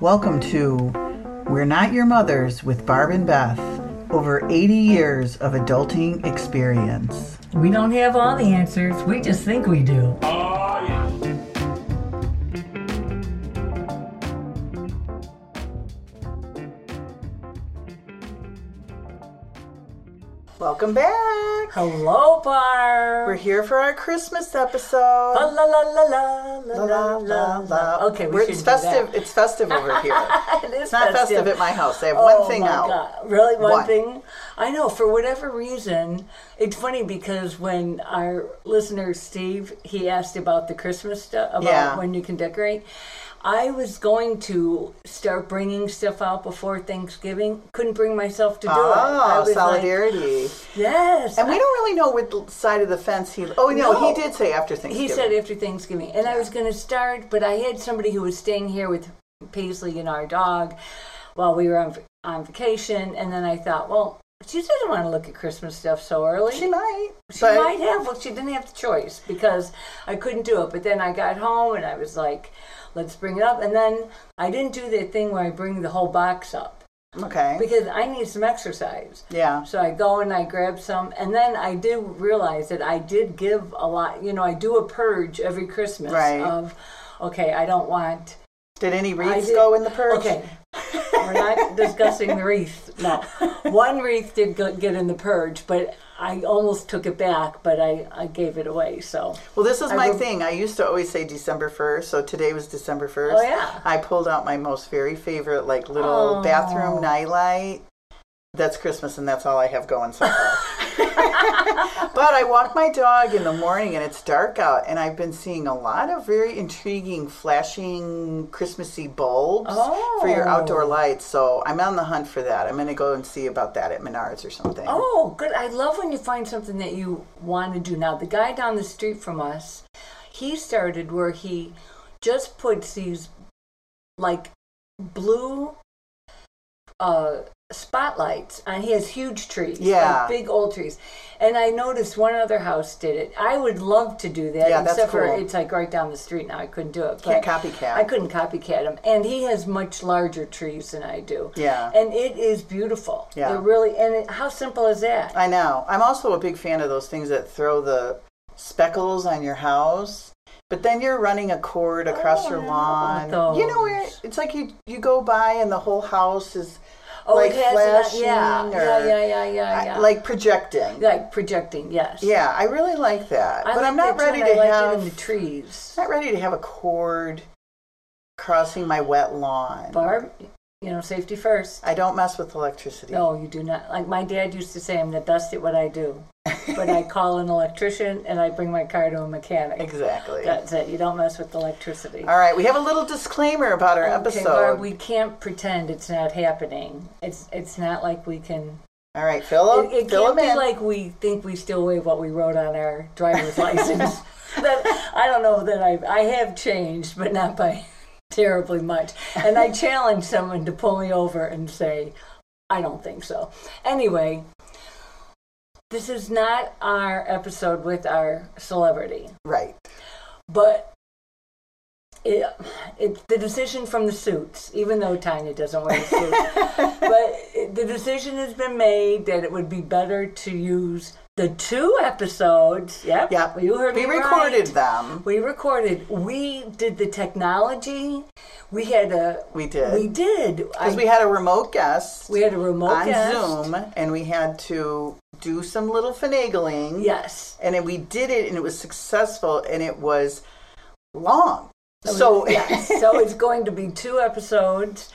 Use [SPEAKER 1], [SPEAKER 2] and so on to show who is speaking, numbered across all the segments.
[SPEAKER 1] Welcome to We're Not Your Mothers with Barb and Beth. Over 80 years of adulting experience.
[SPEAKER 2] We don't have all the answers, we just think we do.
[SPEAKER 1] Welcome back.
[SPEAKER 2] Hello,
[SPEAKER 1] We're
[SPEAKER 2] Barb.
[SPEAKER 1] here for our Christmas episode.
[SPEAKER 2] La la la la la la
[SPEAKER 1] La, la, la.
[SPEAKER 2] Okay, we
[SPEAKER 1] We're-
[SPEAKER 2] should
[SPEAKER 1] it's festive. It's festive over here.
[SPEAKER 2] it is Oh,
[SPEAKER 1] It's not festive. at my house. They have one thing
[SPEAKER 2] my
[SPEAKER 1] out.
[SPEAKER 2] God. Really, one,
[SPEAKER 1] One.
[SPEAKER 2] thing? I know, for whatever reason, it's funny because when our listener Steve, he asked about the Christmas stuff, about
[SPEAKER 1] Yeah.
[SPEAKER 2] when you can decorate. I was going to start bringing stuff out before Thanksgiving. Couldn't bring myself to do it. I
[SPEAKER 1] Oh,
[SPEAKER 2] was like,
[SPEAKER 1] solidarity.
[SPEAKER 2] yes.
[SPEAKER 1] and we don't really know which side of the fence he. Oh no,
[SPEAKER 2] No.
[SPEAKER 1] he did say after Thanksgiving.
[SPEAKER 2] He said after Thanksgiving. And I was going to start, but I had somebody who was staying here with Paisley and our dog while we were on, on vacation. And then I thought, well, she doesn't want to look at Christmas stuff so early.
[SPEAKER 1] she might.
[SPEAKER 2] She
[SPEAKER 1] but
[SPEAKER 2] might have. Well, she didn't have the choice because I couldn't do it. But then I got home and I was like, let's bring it up. And then I didn't do that thing where I bring the whole box up
[SPEAKER 1] Okay.
[SPEAKER 2] because I need some exercise.
[SPEAKER 1] yeah.
[SPEAKER 2] So I go and I grab some, and then I do realize that I did give a lot. You know, I do a purge every Christmas
[SPEAKER 1] Right.
[SPEAKER 2] of, okay, I don't want.
[SPEAKER 1] Did any
[SPEAKER 2] I
[SPEAKER 1] wreaths
[SPEAKER 2] did-
[SPEAKER 1] go in the purge?
[SPEAKER 2] Okay, we're not discussing the wreath. No, one wreath did go, get in the purge, but I almost took it back, but I, I gave it away. So
[SPEAKER 1] Well, this is my
[SPEAKER 2] rem-
[SPEAKER 1] thing. I used to always say December 1st, so today was December 1st.
[SPEAKER 2] Oh, yeah.
[SPEAKER 1] I pulled out my most very favorite, like, little
[SPEAKER 2] Oh.
[SPEAKER 1] bathroom nightlight. That's Christmas, and that's all I have going so far. but I walk my dog in the morning, and it's dark out, and I've been seeing a lot of very intriguing, flashing, Christmassy bulbs for your
[SPEAKER 2] Oh.
[SPEAKER 1] outdoor lights. So I'm on the hunt for that. I'm going to go and see about that at Menards or something.
[SPEAKER 2] Oh, good. I love when you find something that you want to do. Now, the guy down the street from us, he started where he just puts these like blue uh, spotlights on. He has huge trees, like,
[SPEAKER 1] Yeah.
[SPEAKER 2] big old trees. And I noticed one other house did it. I would love to do that,
[SPEAKER 1] Yeah, that's
[SPEAKER 2] except for
[SPEAKER 1] cool.
[SPEAKER 2] it's like right down the street now. I couldn't do it.
[SPEAKER 1] Can't
[SPEAKER 2] but
[SPEAKER 1] copycat.
[SPEAKER 2] I couldn't copycat him, and he has much larger trees than I do.
[SPEAKER 1] Yeah.
[SPEAKER 2] and it is beautiful.
[SPEAKER 1] Yeah.
[SPEAKER 2] They're really and it, how simple is that?
[SPEAKER 1] I know. I'm also a big fan of those things that throw the speckles on your house, but then you're running a cord across
[SPEAKER 2] Oh,
[SPEAKER 1] your
[SPEAKER 2] I know
[SPEAKER 1] lawn.
[SPEAKER 2] about
[SPEAKER 1] You know where it's like you you go by and the whole house is like
[SPEAKER 2] Oh, it has
[SPEAKER 1] flashing
[SPEAKER 2] it on- yeah,
[SPEAKER 1] or
[SPEAKER 2] yeah, yeah, yeah, yeah,
[SPEAKER 1] I-
[SPEAKER 2] Uh, yeah.
[SPEAKER 1] like projecting.
[SPEAKER 2] like projecting, yes.
[SPEAKER 1] Yeah, I really like that,
[SPEAKER 2] I
[SPEAKER 1] but
[SPEAKER 2] like
[SPEAKER 1] I'm not
[SPEAKER 2] that
[SPEAKER 1] ready
[SPEAKER 2] too, and
[SPEAKER 1] to
[SPEAKER 2] I like
[SPEAKER 1] have
[SPEAKER 2] it in the trees.
[SPEAKER 1] not ready to have a cord crossing my wet lawn.
[SPEAKER 2] Barb, you know, safety first.
[SPEAKER 1] I don't mess with electricity.
[SPEAKER 2] No, you do not. Like my dad used to say, I'm the best at what I do. But I call an electrician and I bring my car to a mechanic.
[SPEAKER 1] Exactly.
[SPEAKER 2] That's it. You don't mess with electricity.
[SPEAKER 1] All right, we have a little disclaimer about our
[SPEAKER 2] Okay,
[SPEAKER 1] episode.
[SPEAKER 2] Barb, we can't pretend it's not happening. It's it's not like we can.
[SPEAKER 1] All right, fill,
[SPEAKER 2] it it
[SPEAKER 1] fill
[SPEAKER 2] can't
[SPEAKER 1] 'em
[SPEAKER 2] be
[SPEAKER 1] in.
[SPEAKER 2] like we think we still weigh what we wrote on our driver's license. That I don't know that I I have changed, but not by terribly much. And I challenge someone to pull me over and say, I don't think so. Anyway, this is not our episode with our celebrity
[SPEAKER 1] right.
[SPEAKER 2] but it, it, the decision from the suits, even though Tanya doesn't wear a suit, but it, the decision has been made that it would be better to use the two episodes. Yep,
[SPEAKER 1] Yep.
[SPEAKER 2] you heard
[SPEAKER 1] we
[SPEAKER 2] me right.
[SPEAKER 1] recorded them.
[SPEAKER 2] We recorded. We did the technology. We had a.
[SPEAKER 1] We did.
[SPEAKER 2] We did. I,
[SPEAKER 1] Because we had a remote guest
[SPEAKER 2] we had a remote
[SPEAKER 1] on
[SPEAKER 2] guest.
[SPEAKER 1] Zoom and we had to do some little finagling.
[SPEAKER 2] Yes.
[SPEAKER 1] And then we did it and it was successful and it was long. So,
[SPEAKER 2] yes, Oh, so it's going to be two episodes,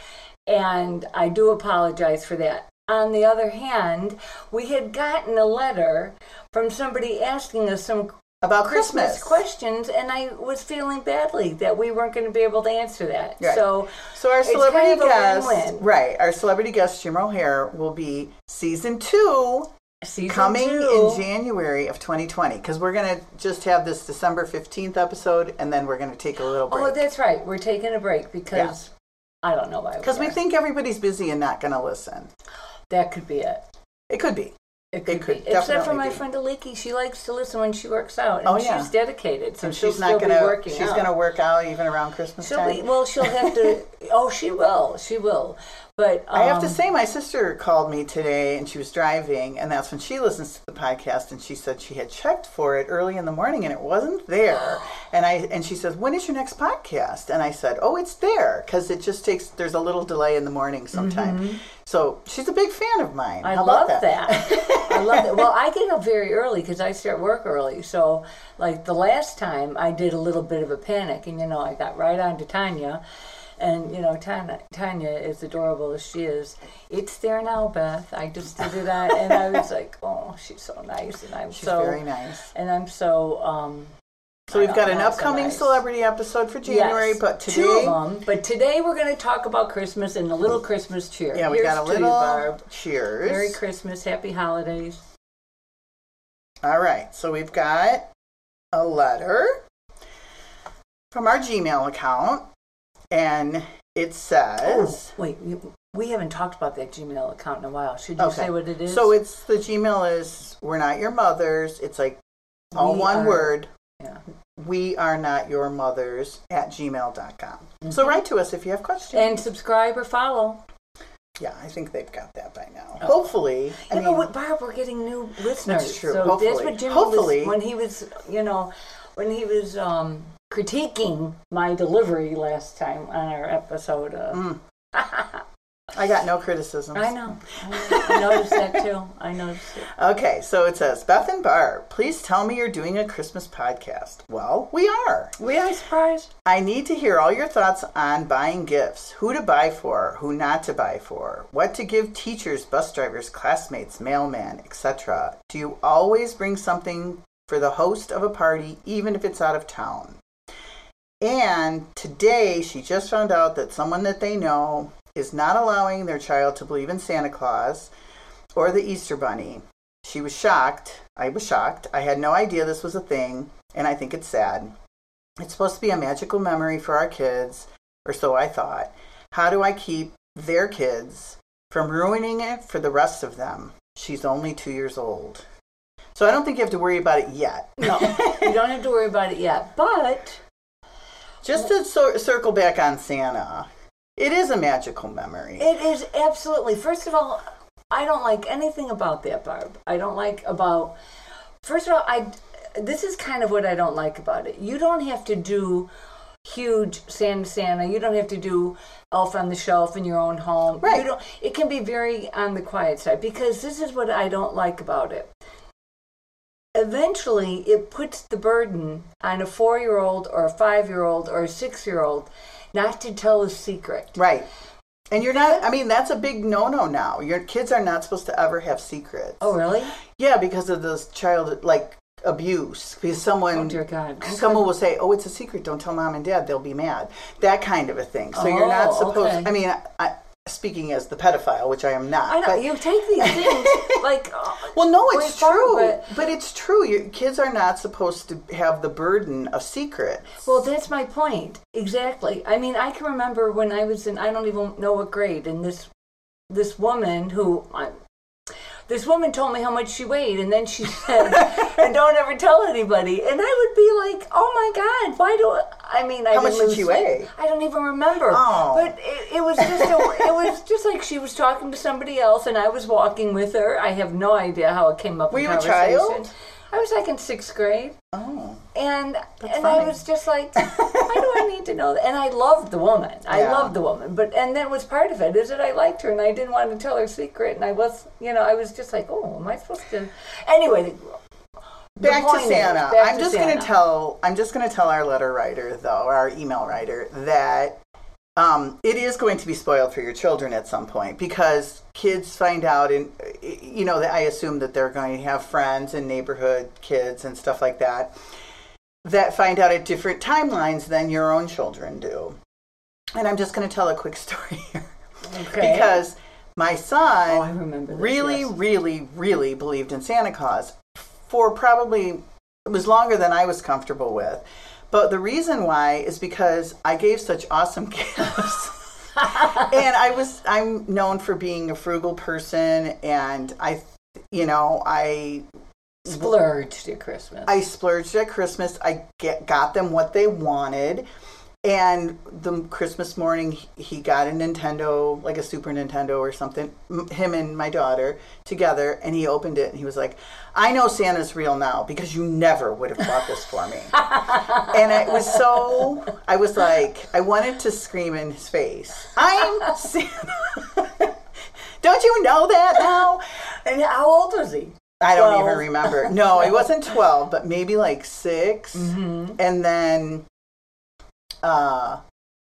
[SPEAKER 2] and I do apologize for that. On the other hand, we had gotten a letter from somebody asking us some
[SPEAKER 1] about Christmas.
[SPEAKER 2] Christmas, questions, and I was feeling badly that we weren't going to be able to answer that.
[SPEAKER 1] Right.
[SPEAKER 2] So,
[SPEAKER 1] So, our
[SPEAKER 2] It's
[SPEAKER 1] celebrity
[SPEAKER 2] kind of a
[SPEAKER 1] guest,
[SPEAKER 2] win-win.
[SPEAKER 1] right, our celebrity guest, Jim O'Hare, will be season two
[SPEAKER 2] season
[SPEAKER 1] coming
[SPEAKER 2] two,
[SPEAKER 1] in January of 2020. Because we're going to just have this December 15th episode and then we're going to take a little break.
[SPEAKER 2] Oh, that's right. We're taking a break because I don't know why.
[SPEAKER 1] Because we
[SPEAKER 2] are.
[SPEAKER 1] think everybody's busy and not going to listen.
[SPEAKER 2] that could be it.
[SPEAKER 1] It could be.
[SPEAKER 2] It could,
[SPEAKER 1] could
[SPEAKER 2] be. Except for
[SPEAKER 1] definitely
[SPEAKER 2] my
[SPEAKER 1] be.
[SPEAKER 2] friend Aliki, she likes to listen when she works out, and
[SPEAKER 1] Oh, yeah.
[SPEAKER 2] she's dedicated, so
[SPEAKER 1] And
[SPEAKER 2] she'll
[SPEAKER 1] she's not
[SPEAKER 2] still
[SPEAKER 1] gonna.
[SPEAKER 2] be working.
[SPEAKER 1] she's
[SPEAKER 2] out.
[SPEAKER 1] gonna work out even around Christmas
[SPEAKER 2] She'll
[SPEAKER 1] time.
[SPEAKER 2] be, well, she'll have to. oh, she will. She will. But um,
[SPEAKER 1] I have to say, my sister called me today and she was driving, and that's when she listens to the podcast. And she said she had checked for it early in the morning and it wasn't there. And I and she says, "When is your next podcast?" And I said, "Oh, it's there because it just takes. There's a little delay in the morning sometime." So she's a big fan of mine.
[SPEAKER 2] Mm-hmm. I
[SPEAKER 1] How
[SPEAKER 2] love
[SPEAKER 1] about that?
[SPEAKER 2] I love that. Well, I get up very early because I start work early. So, like the last time, I did a little bit of a panic, and you know, I got right on to Tanya, and you know, Tanya, Tanya is adorable as she is. It's there now, Beth. I just did it on, and I was like, oh, she's so nice, and I'm
[SPEAKER 1] She's
[SPEAKER 2] so
[SPEAKER 1] very nice.
[SPEAKER 2] and I'm so. um
[SPEAKER 1] So we've got
[SPEAKER 2] know,
[SPEAKER 1] an
[SPEAKER 2] not so
[SPEAKER 1] upcoming
[SPEAKER 2] nice.
[SPEAKER 1] celebrity episode for January,
[SPEAKER 2] yes,
[SPEAKER 1] but today.
[SPEAKER 2] two of them. But today we're going to talk about Christmas and the little Christmas cheer.
[SPEAKER 1] Yeah, we
[SPEAKER 2] Here's
[SPEAKER 1] got a
[SPEAKER 2] to you,
[SPEAKER 1] little
[SPEAKER 2] Barb.
[SPEAKER 1] cheers.
[SPEAKER 2] Merry Christmas, Happy Holidays.
[SPEAKER 1] All right, so we've got a letter from our Gmail account, and it says.
[SPEAKER 2] Oh, Wait, you- we haven't talked about that Gmail account in a while. Should Oh, you say what it is?
[SPEAKER 1] So it's the Gmail is we're not your mothers. It's like all
[SPEAKER 2] We
[SPEAKER 1] one
[SPEAKER 2] are-
[SPEAKER 1] word.
[SPEAKER 2] yeah.
[SPEAKER 1] We are not your mothers at gmail.com. So write to us if you have questions.
[SPEAKER 2] Mm-hmm. and subscribe or follow.
[SPEAKER 1] yeah, I think they've got that by now.
[SPEAKER 2] Oh.
[SPEAKER 1] Hopefully. I
[SPEAKER 2] You know
[SPEAKER 1] mean,
[SPEAKER 2] what, Barb? We're getting new listeners.
[SPEAKER 1] true.
[SPEAKER 2] So that's
[SPEAKER 1] Hopefully.
[SPEAKER 2] what Jimmy
[SPEAKER 1] Hopefully.
[SPEAKER 2] was when he was, you know, when he was um, critiquing my delivery last time on our episode. Of,
[SPEAKER 1] I got no criticisms.
[SPEAKER 2] I know. I noticed that too. I noticed it.
[SPEAKER 1] Okay, so it says Beth and Barb, please tell me you're doing a Christmas podcast. Well, we are.
[SPEAKER 2] Were I surprised?
[SPEAKER 1] I need to hear all your thoughts on buying gifts who to buy for, who not to buy for, what to give teachers, bus drivers, classmates, mailman, etc. Do you always bring something for the host of a party, even if it's out of town? And today she just found out that someone that they know is not allowing their child to believe in Santa Claus or the Easter Bunny. She was shocked. I was shocked. I had no idea this was a thing, and I think it's sad. It's supposed to be a magical memory for our kids, or so I thought. How do I keep their kids from ruining it for the rest of them? She's only two years old. So I don't think you have to worry about it yet.
[SPEAKER 2] No, you don't have to worry about it yet. But
[SPEAKER 1] Just to cir- circle back on Santa, it is a magical memory.
[SPEAKER 2] It is absolutely. First of all, I don't like anything about that, Barb. I don't like about. First of all, I. This is kind of what I don't like about it. You don't have to do huge Santa Santa. You don't have to do Elf on the Shelf in your own home.
[SPEAKER 1] Right.
[SPEAKER 2] You don't. It can be very on the quiet side because this is what I don't like about it. Eventually, it puts the burden on a four-year-old or a five-year-old or a six-year-old not to tell a secret.
[SPEAKER 1] Right. And you're not, I mean, that's a big no no now. Your kids are not supposed to ever have secrets.
[SPEAKER 2] Oh, really?
[SPEAKER 1] Yeah, because of this child, like, abuse. Because someone.
[SPEAKER 2] Oh dear God.
[SPEAKER 1] someone will say, "Oh, it's a secret. Don't tell mom and dad. They'll be mad." That kind of a thing. So you're
[SPEAKER 2] Oh,
[SPEAKER 1] not supposed.
[SPEAKER 2] okay.
[SPEAKER 1] I mean, I, I, speaking as the pedophile, which I am not.
[SPEAKER 2] I know
[SPEAKER 1] but-
[SPEAKER 2] you take these things like. uh,
[SPEAKER 1] well, no,
[SPEAKER 2] we're
[SPEAKER 1] it's
[SPEAKER 2] fine,
[SPEAKER 1] true.
[SPEAKER 2] but-
[SPEAKER 1] but it's true. Your kids are not supposed to have the burden of secrets.
[SPEAKER 2] well, that's my point exactly. I mean, I can remember when I was in I don't even know what grade, and this this woman who I, this woman told me how much she weighed, and then she said, "And don't ever tell anybody." And I would be like, "Oh my God, why do I?" I mean, I
[SPEAKER 1] How much
[SPEAKER 2] didn't
[SPEAKER 1] did she
[SPEAKER 2] lose weight.
[SPEAKER 1] weigh?
[SPEAKER 2] I don't even remember.
[SPEAKER 1] Oh.
[SPEAKER 2] But it, it was just a, it was just like she was talking to somebody else, and I was walking with her. I have no idea how it came up.
[SPEAKER 1] Were
[SPEAKER 2] in
[SPEAKER 1] you a
[SPEAKER 2] conversation.
[SPEAKER 1] child?
[SPEAKER 2] I was like in sixth grade,
[SPEAKER 1] Oh,
[SPEAKER 2] and and
[SPEAKER 1] funny.
[SPEAKER 2] I was just like, why do I need to know? That? And I loved the woman. I
[SPEAKER 1] Yeah.
[SPEAKER 2] loved the woman, but and that was part of it is that I liked her and I didn't want to tell her secret, and I was you know I was just like, oh, am I supposed to? Anyway, the
[SPEAKER 1] back to
[SPEAKER 2] point is,
[SPEAKER 1] Santa.
[SPEAKER 2] back
[SPEAKER 1] I'm
[SPEAKER 2] to
[SPEAKER 1] just going
[SPEAKER 2] Santa.
[SPEAKER 1] to tell. I'm just going to tell our letter writer, though, our email writer, that um, it is going to be spoiled for your children at some point because kids find out, and you know, I assume that they're going to have friends and neighborhood kids and stuff like that that find out at different timelines than your own children do. And I'm just going to tell a quick story here
[SPEAKER 2] Okay.
[SPEAKER 1] because my son
[SPEAKER 2] oh, I remember this,
[SPEAKER 1] really,
[SPEAKER 2] yes.
[SPEAKER 1] really, really believed in Santa Claus for probably it was longer than I was comfortable with. But the reason why is because I gave such awesome gifts. and I was I'm known for being a frugal person and I you know, I
[SPEAKER 2] Splurged at Christmas.
[SPEAKER 1] I splurged at Christmas. I get, got them what they wanted. And the Christmas morning, he- he got a Nintendo, like a Super Nintendo or something, m- him and my daughter together. And he opened it and he was like, I know Santa's real now because you never would have bought this for me. and it was so, I was like, I wanted to scream in his face, I'm Santa. Don't you know that now?
[SPEAKER 2] and how old was he?
[SPEAKER 1] I don't even
[SPEAKER 2] Twelve.
[SPEAKER 1] remember. No, he wasn't 12, but maybe like 6 And then uh,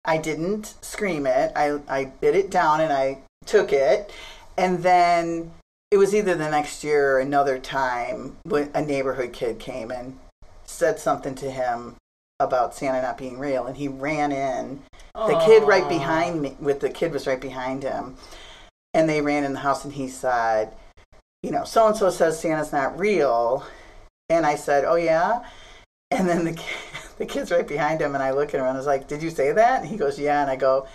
[SPEAKER 1] I didn't scream it. I, I bit it down and I took it. And then it was either the next year or another time when a neighborhood kid came and said something to him about Santa not being real. And he ran in the kid right behind me with the kid was right behind him and they ran in the house and he said you know so and so says santa's not real and i said oh yeah and then the, ki- the kid's right behind him and i look at him and i was like did you say that and he goes yeah and i go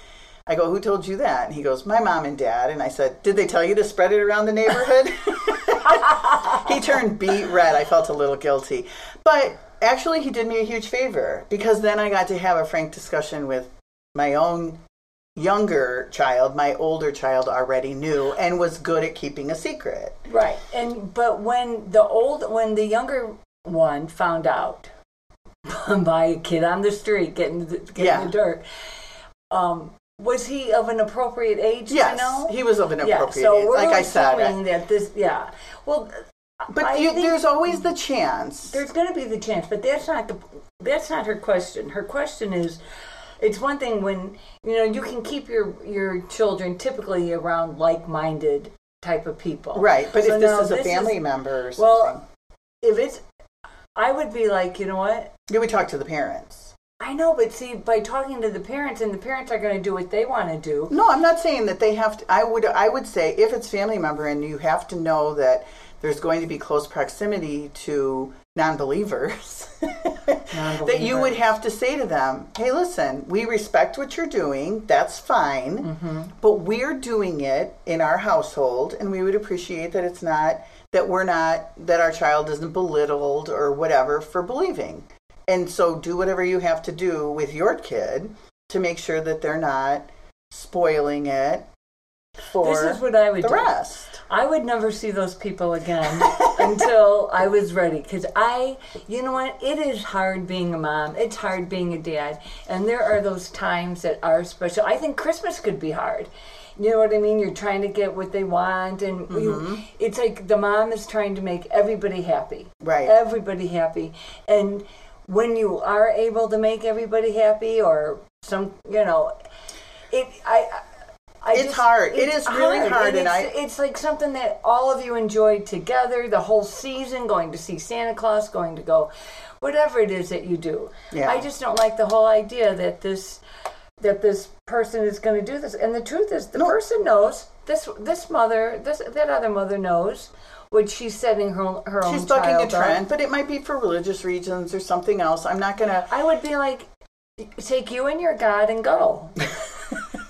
[SPEAKER 1] i go who told you that and he goes my mom and dad and i said did they tell you to spread it around the neighborhood he turned beet red. I felt a little guilty. But actually, he did me a huge favor because then I got to have a frank discussion with my own younger child. My older child already knew and was good at keeping a secret.
[SPEAKER 2] Right. And but when the old when the younger one found out by a kid on the street getting the, getting
[SPEAKER 1] Yeah.
[SPEAKER 2] the dirt, um, was he of an appropriate age?
[SPEAKER 1] Yes,
[SPEAKER 2] You know?
[SPEAKER 1] he was of an
[SPEAKER 2] yeah.
[SPEAKER 1] appropriate
[SPEAKER 2] So
[SPEAKER 1] age,
[SPEAKER 2] we're
[SPEAKER 1] like I said.
[SPEAKER 2] assuming that this. Yeah. Well, I
[SPEAKER 1] But you,
[SPEAKER 2] think-
[SPEAKER 1] there's always the chance.
[SPEAKER 2] there's going to be the chance, but that's not the that's not her question. Her question is, it's one thing when you know you can keep your your children typically around like-minded type of people,
[SPEAKER 1] Right, but
[SPEAKER 2] So
[SPEAKER 1] if this
[SPEAKER 2] now
[SPEAKER 1] is a
[SPEAKER 2] this
[SPEAKER 1] family
[SPEAKER 2] is-
[SPEAKER 1] member or something,
[SPEAKER 2] well, if it's, I would be like, you know what?
[SPEAKER 1] you would talk to the parents.
[SPEAKER 2] I know, but see, by talking to the parents, and the parents are going to do what they want to do.
[SPEAKER 1] No, I'm not saying that they have to. I would I would say if it's family member and you have to know that there's going to be close proximity to non-believers, that you would have to say to them, "Hey, listen, we respect what you're doing. That's fine, but we're doing it in our household, and we would appreciate that it's not that we're not that our child isn't belittled or whatever for believing. And so do whatever you have to do with your kid to make sure that they're not." spoiling it for
[SPEAKER 2] This is what I would
[SPEAKER 1] the
[SPEAKER 2] do.
[SPEAKER 1] rest.
[SPEAKER 2] I would never see those people again until I was ready. Because I, you know what? It is hard being a mom, it's hard being a dad. And there are those times that are special. I think Christmas could be hard. You know what I mean? You're trying to get what they want, and
[SPEAKER 1] Mm-hmm.
[SPEAKER 2] you, it's like the mom is trying to make everybody happy.
[SPEAKER 1] Right.
[SPEAKER 2] Everybody happy. And when you are able to make everybody happy, or some, you know, it, I, I- I
[SPEAKER 1] It's hard. It is really hard, and
[SPEAKER 2] it's,
[SPEAKER 1] I-
[SPEAKER 2] it's like something that all of you enjoyed together the whole season, going to see Santa Claus, going to go, whatever it is that you do.
[SPEAKER 1] Yeah.
[SPEAKER 2] I just don't like the whole idea that this that this person is going to do this. And the truth is, the person knows this. This mother, this that other mother knows what she's setting her her own.
[SPEAKER 1] She's bucking a
[SPEAKER 2] child up.
[SPEAKER 1] trend, but it might be for religious reasons or something else. I'm not going to.
[SPEAKER 2] I would be like, take you and your God and go.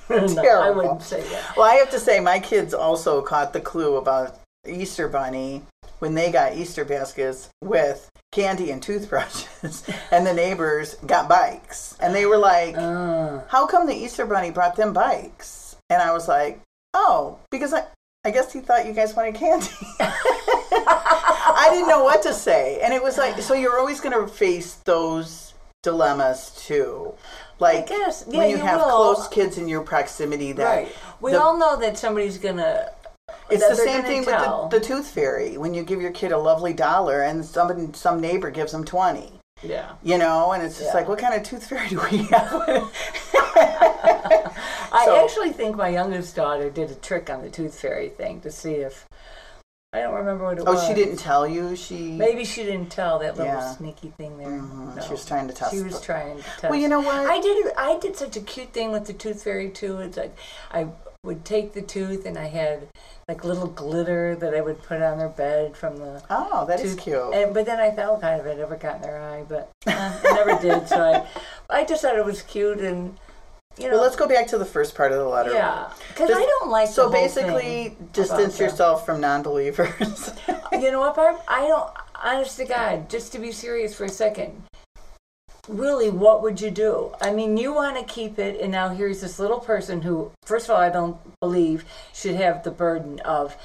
[SPEAKER 2] no, I
[SPEAKER 1] Terrible.
[SPEAKER 2] wouldn't say that.
[SPEAKER 1] Well, I have to say, my kids also caught the clue about Easter Bunny when they got Easter baskets with candy and toothbrushes, and the neighbors got bikes. And they were like,
[SPEAKER 2] Uh,
[SPEAKER 1] How come the Easter Bunny brought them bikes? And I was like, Oh, because I. I guess he thought you guys wanted candy. I didn't know what to say. And it was like, so you're always going to face those dilemmas too. Like,
[SPEAKER 2] guess. Yeah,
[SPEAKER 1] when you,
[SPEAKER 2] you
[SPEAKER 1] have
[SPEAKER 2] will.
[SPEAKER 1] close kids in your proximity, that
[SPEAKER 2] right. We
[SPEAKER 1] the-
[SPEAKER 2] all know that somebody's gonna.
[SPEAKER 1] it's
[SPEAKER 2] that
[SPEAKER 1] the
[SPEAKER 2] they're
[SPEAKER 1] same
[SPEAKER 2] gonna
[SPEAKER 1] thing
[SPEAKER 2] tell.
[SPEAKER 1] with the, the tooth fairy. When you give your kid a lovely dollar and somebody, some neighbor gives them 20,
[SPEAKER 2] Yeah.
[SPEAKER 1] you know, and it's just
[SPEAKER 2] Yeah.
[SPEAKER 1] like, what kind of tooth fairy do we have?
[SPEAKER 2] I
[SPEAKER 1] So-
[SPEAKER 2] actually think my youngest daughter did a trick on the tooth fairy thing to see if. I don't remember what it was.
[SPEAKER 1] oh, she didn't tell you? She.
[SPEAKER 2] Maybe she didn't tell that little
[SPEAKER 1] Yeah. Mm-hmm.
[SPEAKER 2] sneaky thing there. No.
[SPEAKER 1] mm, She was trying to test.
[SPEAKER 2] She was trying to test.
[SPEAKER 1] Well, you know what?
[SPEAKER 2] I did. I did such a cute thing with the tooth fairy too. It's like I would take the tooth and I had like little glitter that I would put on their bed from the.
[SPEAKER 1] oh, that is
[SPEAKER 2] tooth-
[SPEAKER 1] cute.
[SPEAKER 2] And, but then I thought, oh God, if it ever got in their eye, but uh, it never did. So I, I just thought it was cute and you know,
[SPEAKER 1] Well, let's go back to the first part of the letter.
[SPEAKER 2] yeah, because
[SPEAKER 1] This-
[SPEAKER 2] I don't like.
[SPEAKER 1] So
[SPEAKER 2] the whole
[SPEAKER 1] basically,
[SPEAKER 2] thing
[SPEAKER 1] distance
[SPEAKER 2] about the-
[SPEAKER 1] yourself from non-believers.
[SPEAKER 2] You know what, Barb? I don't. Honest to God, just to be serious for a second. Really, what would you do? I mean, you want to keep it, and now here's this little person who, first of all, I don't believe should have the burden of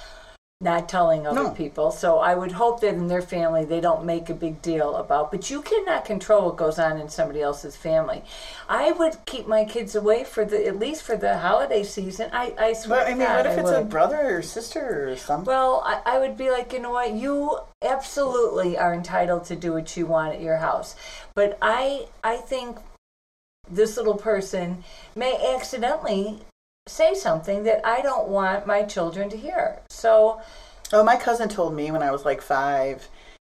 [SPEAKER 2] not telling other
[SPEAKER 1] No.
[SPEAKER 2] people. So I would hope that in their family they don't make a big deal about. But you cannot control what goes on in somebody else's family. I would keep my kids away for the at least for the holiday season. I I swear.
[SPEAKER 1] but I mean,
[SPEAKER 2] to God,
[SPEAKER 1] what if
[SPEAKER 2] I
[SPEAKER 1] it's a
[SPEAKER 2] would.
[SPEAKER 1] brother or sister or something?
[SPEAKER 2] Well, I, I would be like, you know what? You absolutely are entitled to do what you want at your house, but I I think this little person may accidentally say something that I don't want my children to hear. So
[SPEAKER 1] Oh, my cousin told me when I was like five,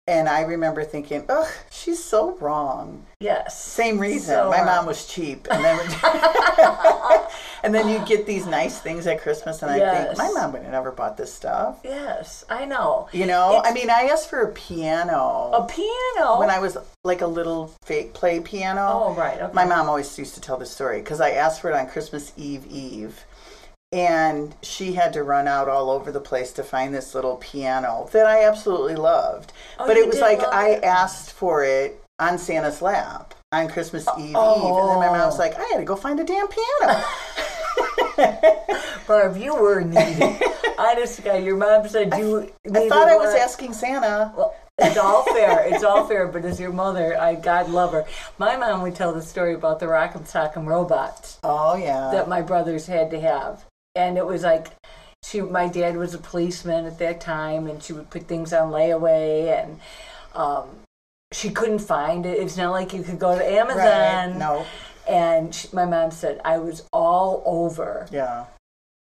[SPEAKER 1] and I remember thinking, "Ugh, she's so wrong."
[SPEAKER 2] yes,
[SPEAKER 1] Same reason.
[SPEAKER 2] So,
[SPEAKER 1] my
[SPEAKER 2] uh,
[SPEAKER 1] mom was cheap, and then and then you get these nice things at Christmas, and I
[SPEAKER 2] Yes.
[SPEAKER 1] think my mom would have never bought this stuff.
[SPEAKER 2] yes, I know
[SPEAKER 1] You know, I
[SPEAKER 2] It's-
[SPEAKER 1] mean, I asked for a piano
[SPEAKER 2] a piano.
[SPEAKER 1] when I was like a little fake play piano.
[SPEAKER 2] oh right, okay.
[SPEAKER 1] My mom always used to tell this story because I asked for it on Christmas Eve Eve. And she had to run out all over the place to find this little piano that I absolutely loved.
[SPEAKER 2] Oh,
[SPEAKER 1] but
[SPEAKER 2] you
[SPEAKER 1] it was
[SPEAKER 2] did
[SPEAKER 1] like
[SPEAKER 2] love
[SPEAKER 1] I
[SPEAKER 2] it.
[SPEAKER 1] asked for it on Santa's lap on Christmas
[SPEAKER 2] Oh.
[SPEAKER 1] Eve Eve. And then my mom was like, I had to go find a damn piano.
[SPEAKER 2] Barb, you were needy. I just got your mom said you.
[SPEAKER 1] I
[SPEAKER 2] neither
[SPEAKER 1] thought I was
[SPEAKER 2] one-
[SPEAKER 1] asking Santa.
[SPEAKER 2] Well, it's all fair. It's all fair. But as your mother, I God love her. My mom would tell the story about the Rock'em Sock'em robots
[SPEAKER 1] Oh, yeah.
[SPEAKER 2] that my brothers had to have, and it was like she. My dad was a policeman at that time, and she would put things on layaway, and um, she couldn't find it. It's not like you could go to Amazon.
[SPEAKER 1] right. No.
[SPEAKER 2] And she, my mom said I was all over
[SPEAKER 1] Yeah.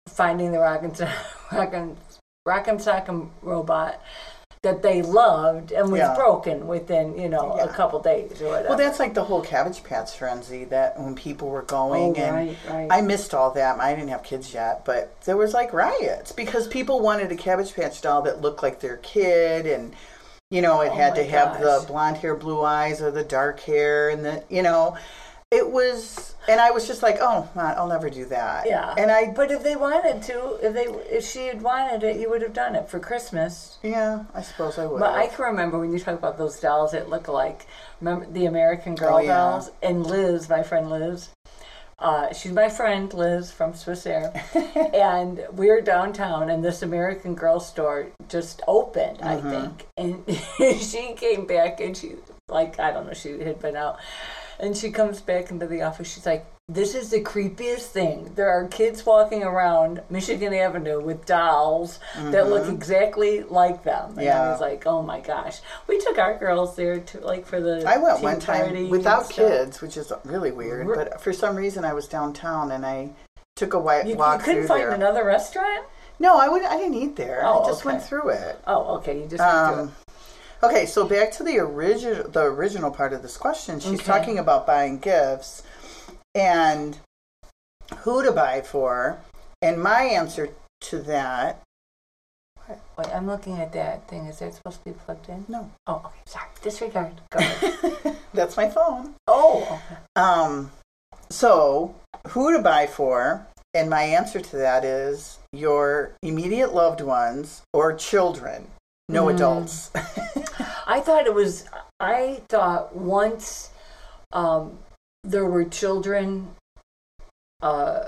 [SPEAKER 2] finding the rock and rock and rock and sock'em robot that they loved and was
[SPEAKER 1] Yeah.
[SPEAKER 2] broken within you know a
[SPEAKER 1] Yeah.
[SPEAKER 2] couple days or whatever.
[SPEAKER 1] Well, that's like the whole Cabbage Patch frenzy that when people were going
[SPEAKER 2] Oh,
[SPEAKER 1] and
[SPEAKER 2] right, right.
[SPEAKER 1] I missed all that. I didn't have kids yet, but there was like riots because people wanted a Cabbage Patch doll that looked like their kid and you know, it had
[SPEAKER 2] Oh, my
[SPEAKER 1] to have the
[SPEAKER 2] gosh.
[SPEAKER 1] blonde hair, blue eyes or the dark hair and the, you know, it was and I was just like, "Oh, man, I'll never do that."
[SPEAKER 2] yeah,
[SPEAKER 1] And I
[SPEAKER 2] but if they wanted to, if they if she had wanted it, you would have done it for Christmas.
[SPEAKER 1] yeah, I suppose I would.
[SPEAKER 2] But I can remember when you talk about those dolls that look alike. Remember the American Girl
[SPEAKER 1] Oh, yeah.
[SPEAKER 2] dolls and Liz, my friend Liz. Uh, she's my friend Liz from Swiss Air, and we were downtown, and this American Girl store just opened,
[SPEAKER 1] Mm-hmm.
[SPEAKER 2] I think. And she came back, and she like I don't know, she had been out, and she comes back into the office. She's like, "This is the creepiest thing. There are kids walking around Michigan Avenue with dolls that look exactly like them." And
[SPEAKER 1] Mm-hmm.
[SPEAKER 2] I
[SPEAKER 1] Yeah.
[SPEAKER 2] was like, "Oh my gosh!" We took our girls there to like for the
[SPEAKER 1] I went
[SPEAKER 2] tea
[SPEAKER 1] one
[SPEAKER 2] party
[SPEAKER 1] time
[SPEAKER 2] and
[SPEAKER 1] without
[SPEAKER 2] stuff.
[SPEAKER 1] kids, which is really weird,
[SPEAKER 2] Re-
[SPEAKER 1] but for some reason I was downtown and I took a wi-
[SPEAKER 2] You, you
[SPEAKER 1] walk
[SPEAKER 2] couldn't
[SPEAKER 1] through
[SPEAKER 2] find
[SPEAKER 1] there.
[SPEAKER 2] another restaurant?
[SPEAKER 1] No, I would. I didn't eat there.
[SPEAKER 2] Oh,
[SPEAKER 1] I just went
[SPEAKER 2] okay.
[SPEAKER 1] through it.
[SPEAKER 2] Oh, okay. You just went to it.
[SPEAKER 1] Um, okay, so back to the original the original part of this question. She's
[SPEAKER 2] Okay.
[SPEAKER 1] talking about buying gifts and who to buy for. And my answer to that,
[SPEAKER 2] Wait, I'm looking at that thing. Is that supposed to be plugged in?
[SPEAKER 1] no,
[SPEAKER 2] Oh, okay. Sorry. Disregard. Go ahead.
[SPEAKER 1] that's my phone.
[SPEAKER 2] oh, okay.
[SPEAKER 1] Um, so who to buy for? And my answer to that is your immediate loved ones or children, no
[SPEAKER 2] Mm.
[SPEAKER 1] adults.
[SPEAKER 2] I thought it was. I thought once um, there were children. Uh,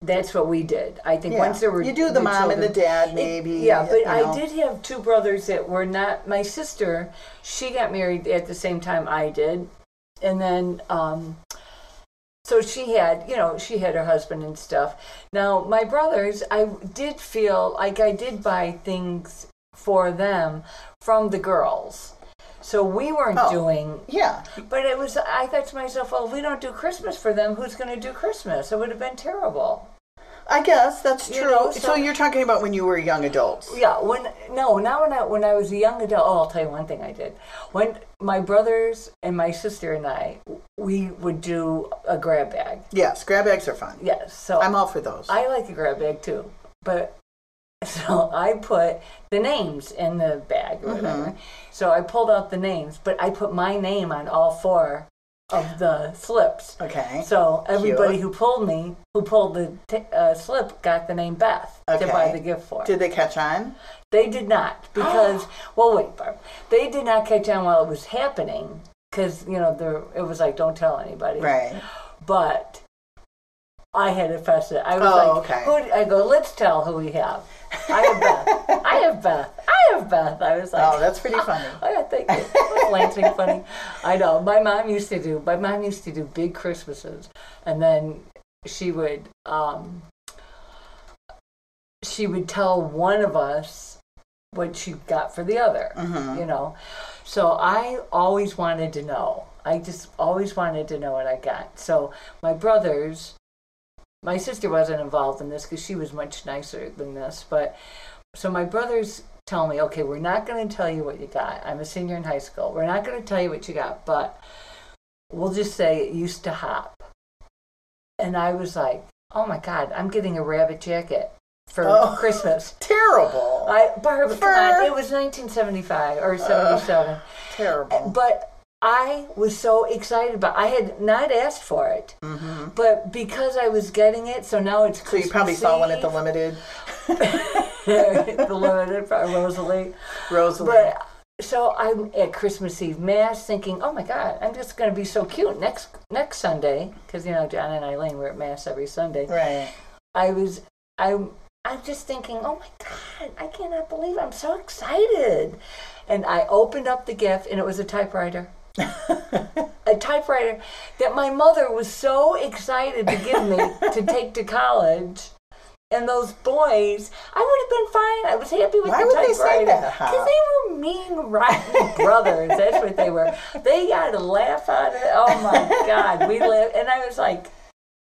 [SPEAKER 2] that's what we did. I think
[SPEAKER 1] Yeah.
[SPEAKER 2] once there were
[SPEAKER 1] you do the, mom and the
[SPEAKER 2] children-
[SPEAKER 1] dad,
[SPEAKER 2] It-
[SPEAKER 1] maybe.
[SPEAKER 2] yeah, but
[SPEAKER 1] you know.
[SPEAKER 2] I did have two brothers that were not my sister. She got married at the same time I did, and then um, so she had, you know, she had her husband and stuff. Now my brothers, I did feel like I did buy things for them from the girls. So we weren't
[SPEAKER 1] Oh.
[SPEAKER 2] doing,
[SPEAKER 1] Yeah,
[SPEAKER 2] but it was. I thought to myself, well, if we don't do Christmas for them, who's going to do Christmas? It would have been terrible.
[SPEAKER 1] I guess that's
[SPEAKER 2] You
[SPEAKER 1] true.
[SPEAKER 2] know,
[SPEAKER 1] so,
[SPEAKER 2] so-
[SPEAKER 1] you're talking about when you were young adults.
[SPEAKER 2] Yeah, when no, now when I when I was a young adult, oh, I'll tell you one thing I did. When my brothers and my sister and I, we would do a grab bag.
[SPEAKER 1] Yes, grab bags are fun.
[SPEAKER 2] Yes, so
[SPEAKER 1] I'm all for those.
[SPEAKER 2] I like a grab bag too, but so I put the names in the
[SPEAKER 1] Mm-hmm.
[SPEAKER 2] bag or whatever. So I pulled out the names, but I put my name on all four of the slips.
[SPEAKER 1] Okay.
[SPEAKER 2] So everybody who pulled me, who pulled the t- uh, slip, got the name Beth to buy
[SPEAKER 1] Okay.
[SPEAKER 2] the gift for.
[SPEAKER 1] Did they catch on?
[SPEAKER 2] They did not because well wait, Barb. They did not catch on while it was happening because you know there it was like don't tell anybody.
[SPEAKER 1] Right.
[SPEAKER 2] But I had to fess it. I was
[SPEAKER 1] Oh,
[SPEAKER 2] like,
[SPEAKER 1] okay.
[SPEAKER 2] who d- I go, let's tell who we have. I have Beth. I have Beth. I have Beth. I was like,
[SPEAKER 1] Oh, that's pretty funny.
[SPEAKER 2] Oh yeah, thank you. That's Lansing funny. I know. My mom used to do. My mom used to do big Christmases, and then she would. um She would tell one of us what she got for the other. You know, so I always wanted to know. I just always wanted to know what I got. So my brothers. My sister wasn't involved in this because she was much nicer than this, but so my brothers tell me, okay, we're not going to tell you what you got. I'm a senior in high school. We're not going to tell you what you got, but we'll just say it used to hop. And I was like, oh my God, I'm getting a rabbit jacket for
[SPEAKER 1] Oh.
[SPEAKER 2] Christmas.
[SPEAKER 1] Terrible.
[SPEAKER 2] I, Barb, come on,
[SPEAKER 1] For-
[SPEAKER 2] it was 1975 or 77.
[SPEAKER 1] Terrible.
[SPEAKER 2] But I was so excited about I had not asked for it, but because I was getting it, so now it's
[SPEAKER 1] Mm-hmm. So
[SPEAKER 2] Christmas
[SPEAKER 1] you probably saw one at
[SPEAKER 2] Eve.
[SPEAKER 1] the limited
[SPEAKER 2] the limited by Rosalie.
[SPEAKER 1] Rosalie.
[SPEAKER 2] But so I'm at Christmas Eve mass thinking, oh my God, I'm just going to be so cute next next Sunday because you know John and Eileen were at mass every Sunday.
[SPEAKER 1] right.
[SPEAKER 2] I was I'm I'm just thinking, oh my God, I cannot believe I'm so excited. And I opened up the gift, and it was a typewriter. a typewriter that my mother was so excited to give me to take to college. And those boys, I would have been fine. I was happy with
[SPEAKER 1] Why
[SPEAKER 2] the
[SPEAKER 1] would they
[SPEAKER 2] typewriter.
[SPEAKER 1] say that, huh?
[SPEAKER 2] Because they were mean rival brothers. That's what they were. They got to laugh out of it. Oh my God. We lived, and I was like,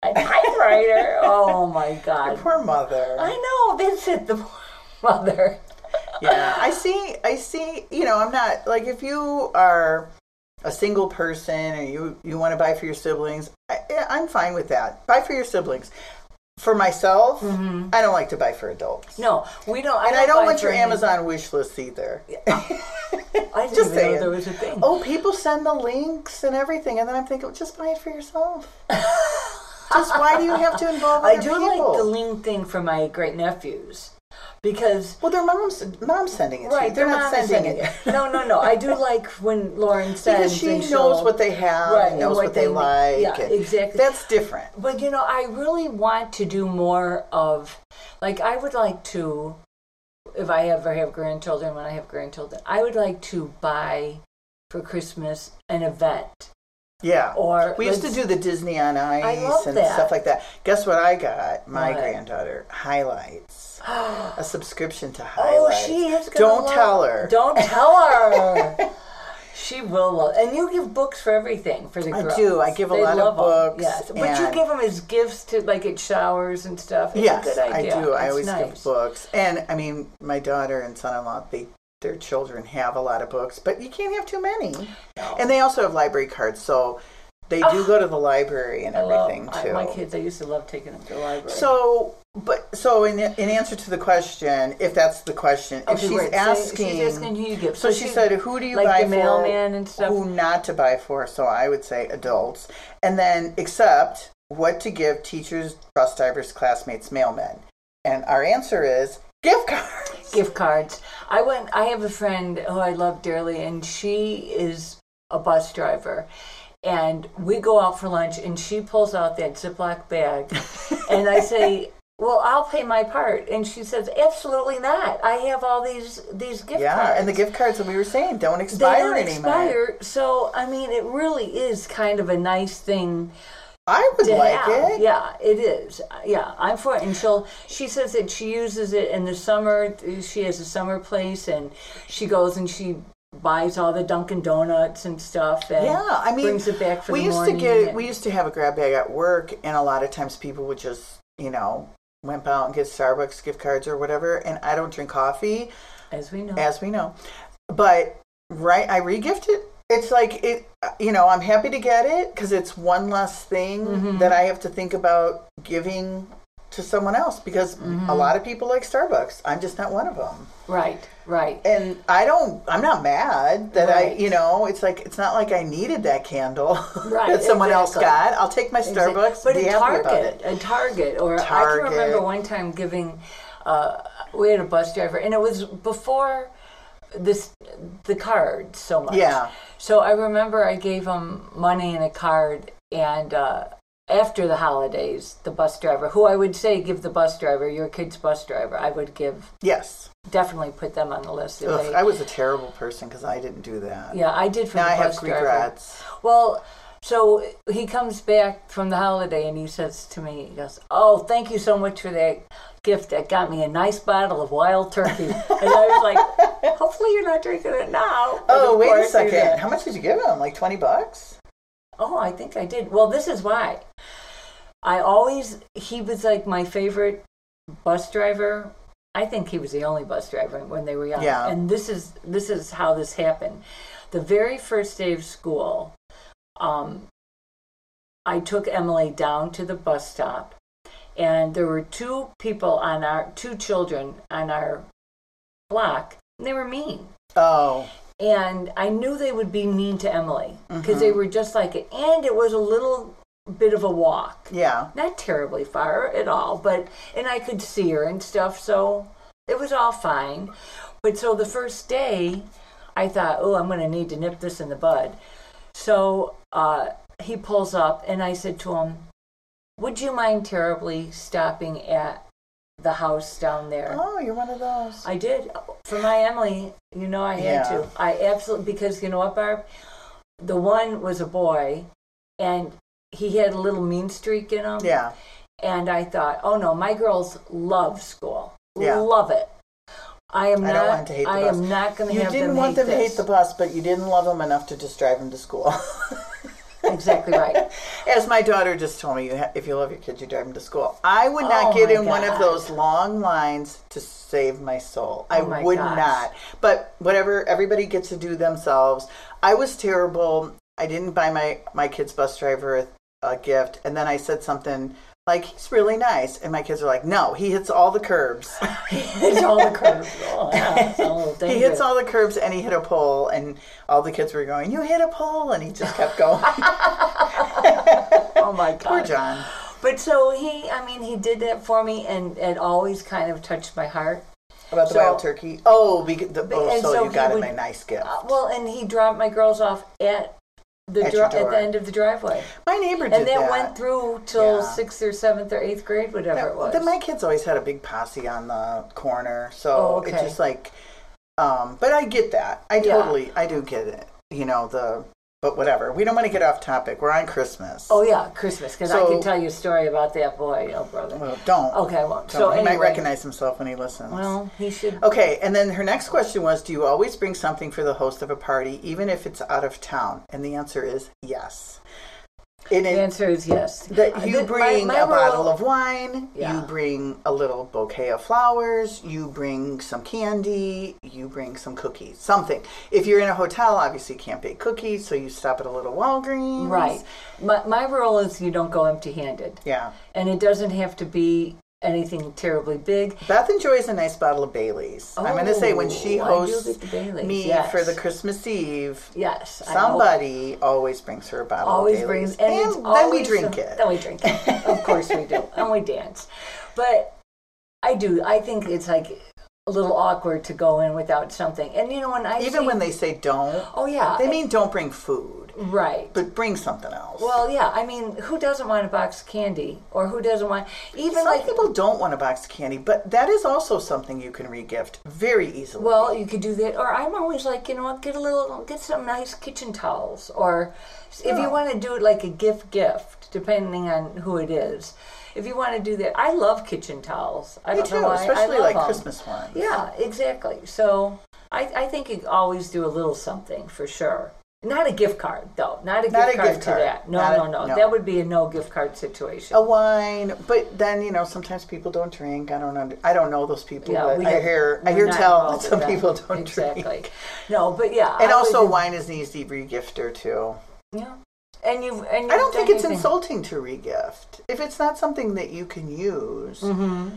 [SPEAKER 2] a typewriter? Oh my God.
[SPEAKER 1] Poor mother.
[SPEAKER 2] I know. That's it. The mother.
[SPEAKER 1] yeah i see i see you know i'm not like if you are a single person or you you want to buy for your siblings I, yeah, i'm fine with that buy for your siblings for myself i don't like to buy for adults
[SPEAKER 2] No, we Mm-hmm. don't.
[SPEAKER 1] and i don't
[SPEAKER 2] buy
[SPEAKER 1] want your
[SPEAKER 2] for any-
[SPEAKER 1] amazon wish list either
[SPEAKER 2] I didn't
[SPEAKER 1] just
[SPEAKER 2] even know
[SPEAKER 1] saying.
[SPEAKER 2] there was a thing.
[SPEAKER 1] oh people send the links and everything and then i'm thinking just buy it for yourself just why do you have to involve other
[SPEAKER 2] I do
[SPEAKER 1] people
[SPEAKER 2] like the lean thing for my great nephews because
[SPEAKER 1] well their mom's mom's sending it to you.
[SPEAKER 2] right,
[SPEAKER 1] they're
[SPEAKER 2] their
[SPEAKER 1] not
[SPEAKER 2] mom is
[SPEAKER 1] sending
[SPEAKER 2] in
[SPEAKER 1] it
[SPEAKER 2] No, no, no. I do like when Lauren sends
[SPEAKER 1] because she
[SPEAKER 2] and
[SPEAKER 1] knows
[SPEAKER 2] she'll-
[SPEAKER 1] what they have
[SPEAKER 2] Right,
[SPEAKER 1] and
[SPEAKER 2] and
[SPEAKER 1] knows
[SPEAKER 2] what
[SPEAKER 1] what, they,
[SPEAKER 2] they need.
[SPEAKER 1] like.
[SPEAKER 2] Yeah,
[SPEAKER 1] and
[SPEAKER 2] exactly.
[SPEAKER 1] That's different.
[SPEAKER 2] But you know, I really want to do more of, like, I would like to, if I ever have grandchildren, when I have grandchildren, I would like to buy for Christmas an event.
[SPEAKER 1] Yeah.
[SPEAKER 2] Or
[SPEAKER 1] we used to
[SPEAKER 2] let's-
[SPEAKER 1] do the Disney on Ice
[SPEAKER 2] love
[SPEAKER 1] and
[SPEAKER 2] that.
[SPEAKER 1] stuff like that. Guess what I got? My
[SPEAKER 2] What?
[SPEAKER 1] granddaughter highlights. a subscription to
[SPEAKER 2] Oh,
[SPEAKER 1] highlights.
[SPEAKER 2] she is. Gonna
[SPEAKER 1] Don't
[SPEAKER 2] love-
[SPEAKER 1] tell her.
[SPEAKER 2] Don't tell her. she will love. And you give books for everything for the
[SPEAKER 1] I
[SPEAKER 2] girls.
[SPEAKER 1] do. I give a
[SPEAKER 2] They
[SPEAKER 1] lot of
[SPEAKER 2] love 'em.
[SPEAKER 1] books
[SPEAKER 2] Yes, but you
[SPEAKER 1] and-
[SPEAKER 2] give them as gifts to like at showers and stuff. It's
[SPEAKER 1] Yes,
[SPEAKER 2] a good
[SPEAKER 1] I
[SPEAKER 2] idea.
[SPEAKER 1] do. I
[SPEAKER 2] It's
[SPEAKER 1] always
[SPEAKER 2] nice.
[SPEAKER 1] give books, and I mean, my daughter and son-in-law, they their children have a lot of books, but you can't have too many. And they also have library cards, so they do go to the library and
[SPEAKER 2] Ah. I love-
[SPEAKER 1] everything
[SPEAKER 2] I-
[SPEAKER 1] too.
[SPEAKER 2] my kids, I used to love taking them to the library.
[SPEAKER 1] So, but so in in answer to the question, if that's the question, if
[SPEAKER 2] Okay,
[SPEAKER 1] she's,
[SPEAKER 2] wait, so
[SPEAKER 1] asking,
[SPEAKER 2] she's asking who you give.
[SPEAKER 1] So, she, said, "Who do you
[SPEAKER 2] like
[SPEAKER 1] buy
[SPEAKER 2] the
[SPEAKER 1] for?
[SPEAKER 2] mailman and stuff?
[SPEAKER 1] Who not to buy for?" So I would say adults, and then except what to give teachers, bus drivers, classmates, mailmen, and our answer is gift cards.
[SPEAKER 2] gift cards. I went. I have a friend who I love dearly, and she is a bus driver. And we go out for lunch, and she pulls out that Ziploc bag, and I say, "Well, I'll pay my part." And she says, "Absolutely not. I have all these these gift
[SPEAKER 1] yeah,
[SPEAKER 2] cards."
[SPEAKER 1] and the gift cards that we were saying don't
[SPEAKER 2] they
[SPEAKER 1] expire
[SPEAKER 2] don't
[SPEAKER 1] anymore.
[SPEAKER 2] expire. So I mean, it really is kind of a nice thing
[SPEAKER 1] I would
[SPEAKER 2] to
[SPEAKER 1] like
[SPEAKER 2] have.
[SPEAKER 1] it.
[SPEAKER 2] Yeah, it is. Yeah, I'm for it. And she'll, she says that she uses it in the summer. She has a summer place and she goes and she buys all the Dunkin' Donuts and stuff. And
[SPEAKER 1] Yeah, I mean,
[SPEAKER 2] brings it back for
[SPEAKER 1] we
[SPEAKER 2] the
[SPEAKER 1] used
[SPEAKER 2] morning.
[SPEAKER 1] to get
[SPEAKER 2] and-
[SPEAKER 1] we used to have a grab bag at work, and a lot of times people would just you know wimp out and get Starbucks gift cards or whatever. And I don't drink coffee,
[SPEAKER 2] as we know.
[SPEAKER 1] as we know, but right, I regift it. It's like it, you know, I'm
[SPEAKER 2] Mm-hmm.
[SPEAKER 1] happy to get it because it's one less thing that I have to think about giving to someone else because
[SPEAKER 2] Mm-hmm.
[SPEAKER 1] a lot of people like Starbucks. I'm just not one of them.
[SPEAKER 2] Right, right.
[SPEAKER 1] And I don't, I'm not mad that I,
[SPEAKER 2] Right.
[SPEAKER 1] you know, it's like, it's not like I needed that candle
[SPEAKER 2] Right,
[SPEAKER 1] that someone else
[SPEAKER 2] exactly.
[SPEAKER 1] got. I'll take my
[SPEAKER 2] Exa-
[SPEAKER 1] Starbucks,
[SPEAKER 2] but
[SPEAKER 1] be
[SPEAKER 2] a
[SPEAKER 1] happy
[SPEAKER 2] Target,
[SPEAKER 1] about it.
[SPEAKER 2] a Target, or I
[SPEAKER 1] Target.
[SPEAKER 2] can remember one time giving. Uh, we had a bus driver, and it was before this the card so much.
[SPEAKER 1] Yeah.
[SPEAKER 2] So I remember I gave him money and a card, and uh, after the holidays, the bus driver, who I would say give the bus driver your kid's bus driver, I would give
[SPEAKER 1] Yes.
[SPEAKER 2] definitely put them on the list. If
[SPEAKER 1] Ugh,
[SPEAKER 2] they-
[SPEAKER 1] I was a terrible person because I didn't do that.
[SPEAKER 2] yeah, I did for
[SPEAKER 1] Now
[SPEAKER 2] the
[SPEAKER 1] I have
[SPEAKER 2] bus driver.
[SPEAKER 1] regrets.
[SPEAKER 2] Well, so he comes back from the holiday and he says to me, he goes, Oh, thank you so much for that gift. That got me a nice bottle of wild turkey. and I was like, Hopefully you're not drinking it now. But
[SPEAKER 1] Oh,
[SPEAKER 2] of
[SPEAKER 1] wait a
[SPEAKER 2] course you
[SPEAKER 1] second.
[SPEAKER 2] did.
[SPEAKER 1] How much did you give him? Like 20 bucks?
[SPEAKER 2] Oh, I think I did. Well, this is why. I always, he was like my favorite bus driver. I think he was the only bus driver when they were young.
[SPEAKER 1] Yeah.
[SPEAKER 2] And this is this is how this happened. The very first day of school, um, I took Emily down to the bus stop, and there were two people on our two children on our block. And they were mean
[SPEAKER 1] Oh,
[SPEAKER 2] and I knew they would be mean to Emily because they were just like it. And it was a little bit of a walk,
[SPEAKER 1] yeah.
[SPEAKER 2] not terribly far at all, but and I could see her and stuff, so it was all fine. But so the first day, I thought, oh, I'm going to need to nip this in the bud. So uh, he pulls up, and I said to him, "Would you mind terribly stopping at the house down there?"
[SPEAKER 1] Oh, you're one of those.
[SPEAKER 2] I did for my Emily. You know, I had
[SPEAKER 1] Yeah.
[SPEAKER 2] to. I absolutely because you know what, Barb. The one was a boy, and he had a little mean streak in him.
[SPEAKER 1] Yeah.
[SPEAKER 2] And I thought, oh no, my girls love school.
[SPEAKER 1] Yeah.
[SPEAKER 2] Love it. I am
[SPEAKER 1] I
[SPEAKER 2] not.
[SPEAKER 1] don't want to hate the
[SPEAKER 2] I
[SPEAKER 1] bus.
[SPEAKER 2] am not going
[SPEAKER 1] You
[SPEAKER 2] have
[SPEAKER 1] didn't
[SPEAKER 2] them
[SPEAKER 1] want
[SPEAKER 2] hate
[SPEAKER 1] them to hate
[SPEAKER 2] this.
[SPEAKER 1] the bus, but you didn't love them enough to just drive them to school.
[SPEAKER 2] exactly right.
[SPEAKER 1] As my daughter just told me, you ha- if you love your kids, you drive them to school. I would not
[SPEAKER 2] Oh
[SPEAKER 1] get
[SPEAKER 2] my
[SPEAKER 1] in one of
[SPEAKER 2] God.
[SPEAKER 1] those long lines to save my soul. I
[SPEAKER 2] Oh my
[SPEAKER 1] would
[SPEAKER 2] gosh.
[SPEAKER 1] not. But whatever, everybody gets to do themselves. I was terrible. I didn't buy my my kids bus driver a, a gift, and then I said something like, "He's really nice," and my kids are like, "No, he hits all the curbs."
[SPEAKER 2] it's all the curves. Oh, yeah, it's all
[SPEAKER 1] He hits
[SPEAKER 2] dangerous.
[SPEAKER 1] all the curves and he hit a pole, and all the kids were going, You hit a pole, and he just kept going.
[SPEAKER 2] Oh my god.
[SPEAKER 1] Poor John.
[SPEAKER 2] But so he, I mean, he did that for me, and it always kind of touched my heart.
[SPEAKER 1] About the
[SPEAKER 2] So-
[SPEAKER 1] wild turkey. Oh, because the, oh
[SPEAKER 2] and
[SPEAKER 1] so,
[SPEAKER 2] so
[SPEAKER 1] you
[SPEAKER 2] he
[SPEAKER 1] got him
[SPEAKER 2] would-
[SPEAKER 1] a nice gift.
[SPEAKER 2] Uh, well, and he dropped my girls off at the
[SPEAKER 1] At
[SPEAKER 2] dri-
[SPEAKER 1] your
[SPEAKER 2] at
[SPEAKER 1] door.
[SPEAKER 2] the end of the driveway,
[SPEAKER 1] my neighbor did
[SPEAKER 2] and that,
[SPEAKER 1] that.
[SPEAKER 2] went through till
[SPEAKER 1] Yeah.
[SPEAKER 2] sixth or seventh or eighth grade, whatever it was.
[SPEAKER 1] Then my kids always had a big posse on the corner, so
[SPEAKER 2] Oh,
[SPEAKER 1] it's
[SPEAKER 2] okay.
[SPEAKER 1] just like, um, but I get that. I
[SPEAKER 2] Yeah.
[SPEAKER 1] totally, I do get it. You know, the, but whatever. We don't want to get off topic. We're on Christmas.
[SPEAKER 2] oh yeah, Christmas, because I
[SPEAKER 1] So-
[SPEAKER 2] can tell you a story about that boy. Oh brother.
[SPEAKER 1] Well, don't.
[SPEAKER 2] Okay, I won't.
[SPEAKER 1] Don't.
[SPEAKER 2] so
[SPEAKER 1] he
[SPEAKER 2] anyway,
[SPEAKER 1] might recognize himself when he listens.
[SPEAKER 2] Well, he should.
[SPEAKER 1] Okay, and then her next question was Do you always bring something for the host of a party, even if it's out of town? And the answer is yes. It,
[SPEAKER 2] The
[SPEAKER 1] it,
[SPEAKER 2] answer is yes. Uh,
[SPEAKER 1] that you
[SPEAKER 2] th- my-
[SPEAKER 1] bring
[SPEAKER 2] my
[SPEAKER 1] a
[SPEAKER 2] rule-
[SPEAKER 1] bottle of wine,
[SPEAKER 2] Yeah.
[SPEAKER 1] you bring a little bouquet of flowers, you bring some candy, you bring some cookies, something. If you're in a hotel, obviously you can't bake cookies, so you stop at a little Walgreens.
[SPEAKER 2] Right. My my rule is you don't go empty-handed,
[SPEAKER 1] Yeah.
[SPEAKER 2] and it doesn't have to be anything terribly big.
[SPEAKER 1] Beth enjoys a nice bottle of Bailey's. I'm going to say when she
[SPEAKER 2] Oh, I do
[SPEAKER 1] hosts
[SPEAKER 2] get the Baileys,
[SPEAKER 1] me
[SPEAKER 2] yes.
[SPEAKER 1] for the Christmas Eve,
[SPEAKER 2] Yes. I know.
[SPEAKER 1] Somebody always brings her a bottle.
[SPEAKER 2] always
[SPEAKER 1] of
[SPEAKER 2] brings,
[SPEAKER 1] Baileys.
[SPEAKER 2] and,
[SPEAKER 1] and
[SPEAKER 2] it's
[SPEAKER 1] then
[SPEAKER 2] always
[SPEAKER 1] we drink it.
[SPEAKER 2] Then we drink it. of course we do, and we dance. But I do. I think it's like a little awkward to go in without something. And you know when I
[SPEAKER 1] Even
[SPEAKER 2] see-
[SPEAKER 1] when they say don't,
[SPEAKER 2] oh yeah,
[SPEAKER 1] they mean don't bring food,
[SPEAKER 2] right.
[SPEAKER 1] but bring something else.
[SPEAKER 2] Well, yeah. I mean, who doesn't want a box of candy, or who doesn't want even
[SPEAKER 1] some
[SPEAKER 2] like
[SPEAKER 1] people don't want a box of candy, but that is also something you can regift very easily.
[SPEAKER 2] Well, you could do that, or I'm always like, you know what, get a little, get some nice kitchen towels, or if
[SPEAKER 1] Yeah.
[SPEAKER 2] you want to do it like a gift, gift, depending on who it is. If you want to do that, I love kitchen towels. I
[SPEAKER 1] Me
[SPEAKER 2] don't
[SPEAKER 1] too,
[SPEAKER 2] know why. I
[SPEAKER 1] especially
[SPEAKER 2] love
[SPEAKER 1] like
[SPEAKER 2] 'em.
[SPEAKER 1] Christmas ones.
[SPEAKER 2] Yeah, exactly. So I, I think you always do a little something for sure. Not a gift card though. Not a
[SPEAKER 1] Not
[SPEAKER 2] gift
[SPEAKER 1] a
[SPEAKER 2] card
[SPEAKER 1] gift
[SPEAKER 2] to
[SPEAKER 1] card.
[SPEAKER 2] that. No,
[SPEAKER 1] Not a-
[SPEAKER 2] no, no,
[SPEAKER 1] no. Oh,
[SPEAKER 2] That would be a no gift card situation.
[SPEAKER 1] A wine, but then you know sometimes people don't drink. I don't under, I don't know those people,
[SPEAKER 2] yeah,
[SPEAKER 1] but
[SPEAKER 2] we
[SPEAKER 1] I
[SPEAKER 2] have-
[SPEAKER 1] hear I
[SPEAKER 2] we're
[SPEAKER 1] hear
[SPEAKER 2] not
[SPEAKER 1] tell that
[SPEAKER 2] involved
[SPEAKER 1] some
[SPEAKER 2] with
[SPEAKER 1] people
[SPEAKER 2] that.
[SPEAKER 1] don't drink.
[SPEAKER 2] Exactly. No, but yeah.
[SPEAKER 1] And
[SPEAKER 2] I would
[SPEAKER 1] also,
[SPEAKER 2] do-
[SPEAKER 1] wine is an easy regifter too.
[SPEAKER 2] Yeah. And you've and you've
[SPEAKER 1] I don't
[SPEAKER 2] done
[SPEAKER 1] think it's
[SPEAKER 2] your thing.
[SPEAKER 1] insulting to regift. If it's not something that you can use,
[SPEAKER 2] Mm-hmm.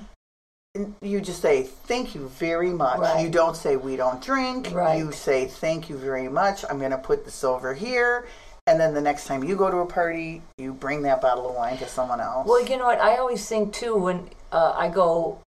[SPEAKER 1] n- you just say thank you very much.
[SPEAKER 2] Right.
[SPEAKER 1] You don't say we don't drink.
[SPEAKER 2] Right.
[SPEAKER 1] You say thank you very much. I'm going to put this over here. And then the next time you go to a party, you bring that bottle of wine to someone else.
[SPEAKER 2] Well, you know what? I always think too when uh, I go.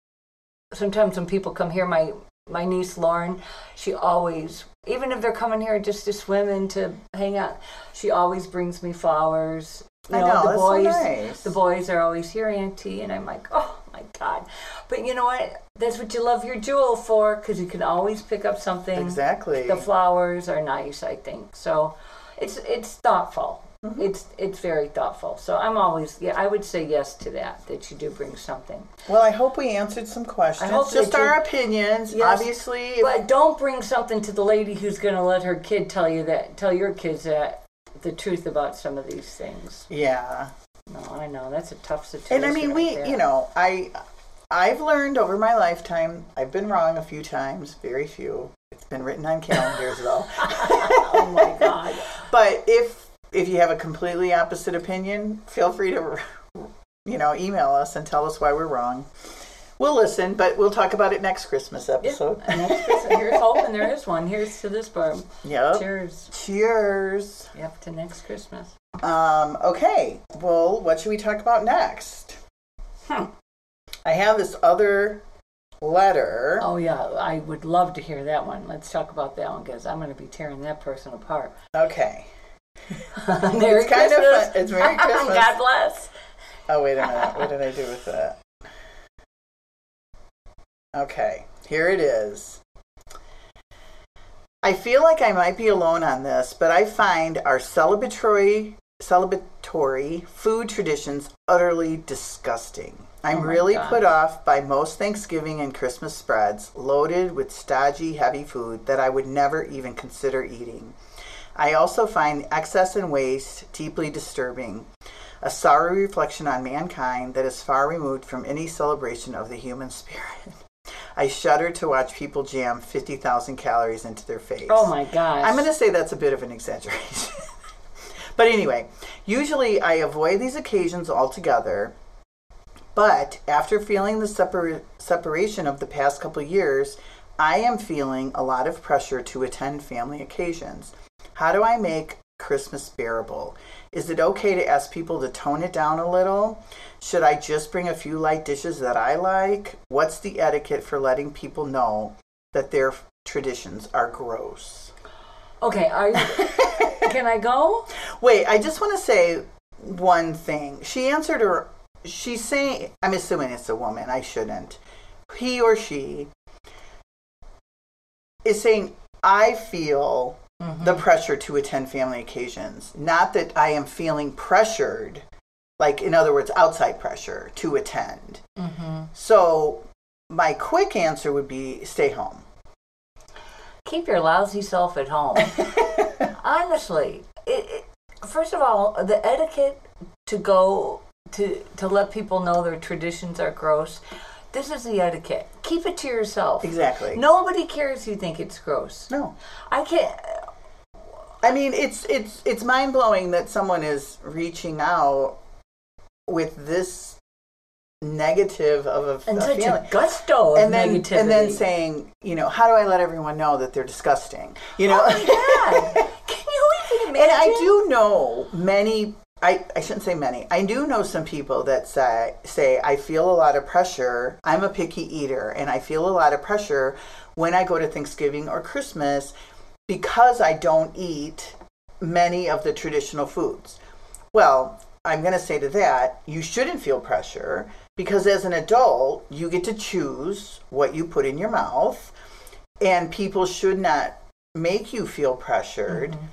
[SPEAKER 2] Sometimes when people come here, my my niece Lauren, she always, even if they're coming here just to swim and to hang out, she always brings me flowers. You
[SPEAKER 1] I
[SPEAKER 2] know,
[SPEAKER 1] know,
[SPEAKER 2] the
[SPEAKER 1] that's so
[SPEAKER 2] boys,
[SPEAKER 1] nice.
[SPEAKER 2] the boys are always here, Auntie, and I'm like, oh my God. But you know what? That's what you love your jewel for, because you can always pick up something.
[SPEAKER 1] exactly.
[SPEAKER 2] The flowers are nice, I think. So it's it's thoughtful.
[SPEAKER 1] Mm-hmm.
[SPEAKER 2] It's it's very thoughtful. So I'm always yeah, I would say yes to that, that you do bring something.
[SPEAKER 1] well, I hope we answered some questions.
[SPEAKER 2] hope that
[SPEAKER 1] Just our
[SPEAKER 2] you-
[SPEAKER 1] opinions.
[SPEAKER 2] Yes.
[SPEAKER 1] Obviously, if-
[SPEAKER 2] But don't bring something to the lady who's gonna let her kid tell you that tell your kids that the truth about some of these things.
[SPEAKER 1] yeah.
[SPEAKER 2] No, I know, that's a tough situation.
[SPEAKER 1] And I mean, we,
[SPEAKER 2] right there.
[SPEAKER 1] you know, I, I've learned over my lifetime. I've been wrong a few times, very few. It's been written on calendars though.
[SPEAKER 2] Oh my god.
[SPEAKER 1] But if if you have a completely opposite opinion, feel free to, you know, email us and tell us why we're wrong. We'll listen, but we'll talk about it next Christmas episode.
[SPEAKER 2] And that's- here's hoping there is one. Here's to this barb.
[SPEAKER 1] Yep.
[SPEAKER 2] Cheers.
[SPEAKER 1] Cheers.
[SPEAKER 2] Yep, to next Christmas.
[SPEAKER 1] Um, okay. Well, what should we talk about next?
[SPEAKER 2] Hmm.
[SPEAKER 1] I have this other letter.
[SPEAKER 2] Oh yeah, I would love to hear that one. Let's talk about that one because I'm going to be tearing that person apart.
[SPEAKER 1] Okay.
[SPEAKER 2] Merry
[SPEAKER 1] It's kind of
[SPEAKER 2] Christmas.
[SPEAKER 1] fun- it's Merry Christmas.
[SPEAKER 2] God bless.
[SPEAKER 1] Oh, wait a minute. What did I do with that? Okay, here it is. I feel like I might be alone on this, but I find our celebratory celebratory food traditions utterly disgusting. I'm
[SPEAKER 2] Oh my
[SPEAKER 1] really
[SPEAKER 2] gosh.
[SPEAKER 1] put off by most Thanksgiving and Christmas spreads loaded with stodgy, heavy food that I would never even consider eating. I also find excess and waste deeply disturbing, a sorry reflection on mankind that is far removed from any celebration of the human spirit. I shudder to watch people jam 50,000 calories into their face.
[SPEAKER 2] Oh my gosh.
[SPEAKER 1] I'm going to say that's a bit of an exaggeration. but anyway, usually I avoid these occasions altogether. But after feeling the separ- separation of the past couple years, I am feeling a lot of pressure to attend family occasions. How do I make Christmas bearable? Is it okay to ask people to tone it down a little? Should I just bring a few light dishes that I like? What's the etiquette for letting people know that their traditions are gross?
[SPEAKER 2] Okay, are you, can I go?
[SPEAKER 1] Wait, I just want to say one thing. She answered her. She's saying, I'm assuming it's a woman. I shouldn't. He or she is saying, I feel the pressure to attend family occasions. Not that I am feeling pressured, like, in other words, outside pressure to attend.
[SPEAKER 2] Mm-hmm.
[SPEAKER 1] mm-hmm. So, my quick answer would be stay home.
[SPEAKER 2] Keep your lousy self at home. Honestly, it, it, first of all, the etiquette to go to to let people know their traditions are gross. This is the etiquette. Keep it to yourself.
[SPEAKER 1] Exactly.
[SPEAKER 2] Nobody cares you think it's gross.
[SPEAKER 1] No.
[SPEAKER 2] I can't.
[SPEAKER 1] I mean, it's it's it's mind blowing that someone is reaching out with this negative of a,
[SPEAKER 2] and
[SPEAKER 1] a
[SPEAKER 2] such
[SPEAKER 1] feeling.
[SPEAKER 2] a gusto of
[SPEAKER 1] and then
[SPEAKER 2] negativity.
[SPEAKER 1] and then saying, you know, how do I let everyone know that they're disgusting? You know,
[SPEAKER 2] Oh God, can you even imagine?
[SPEAKER 1] and I do know many. I, I shouldn't say many. I do know some people that say say I feel a lot of pressure. I'm a picky eater, and I feel a lot of pressure when I go to Thanksgiving or Christmas because I don't eat many of the traditional foods. Well, I'm going to say to that, you shouldn't feel pressure because as an adult, you get to choose what you put in your mouth, and people should not make you feel pressured.
[SPEAKER 2] Mm-hmm.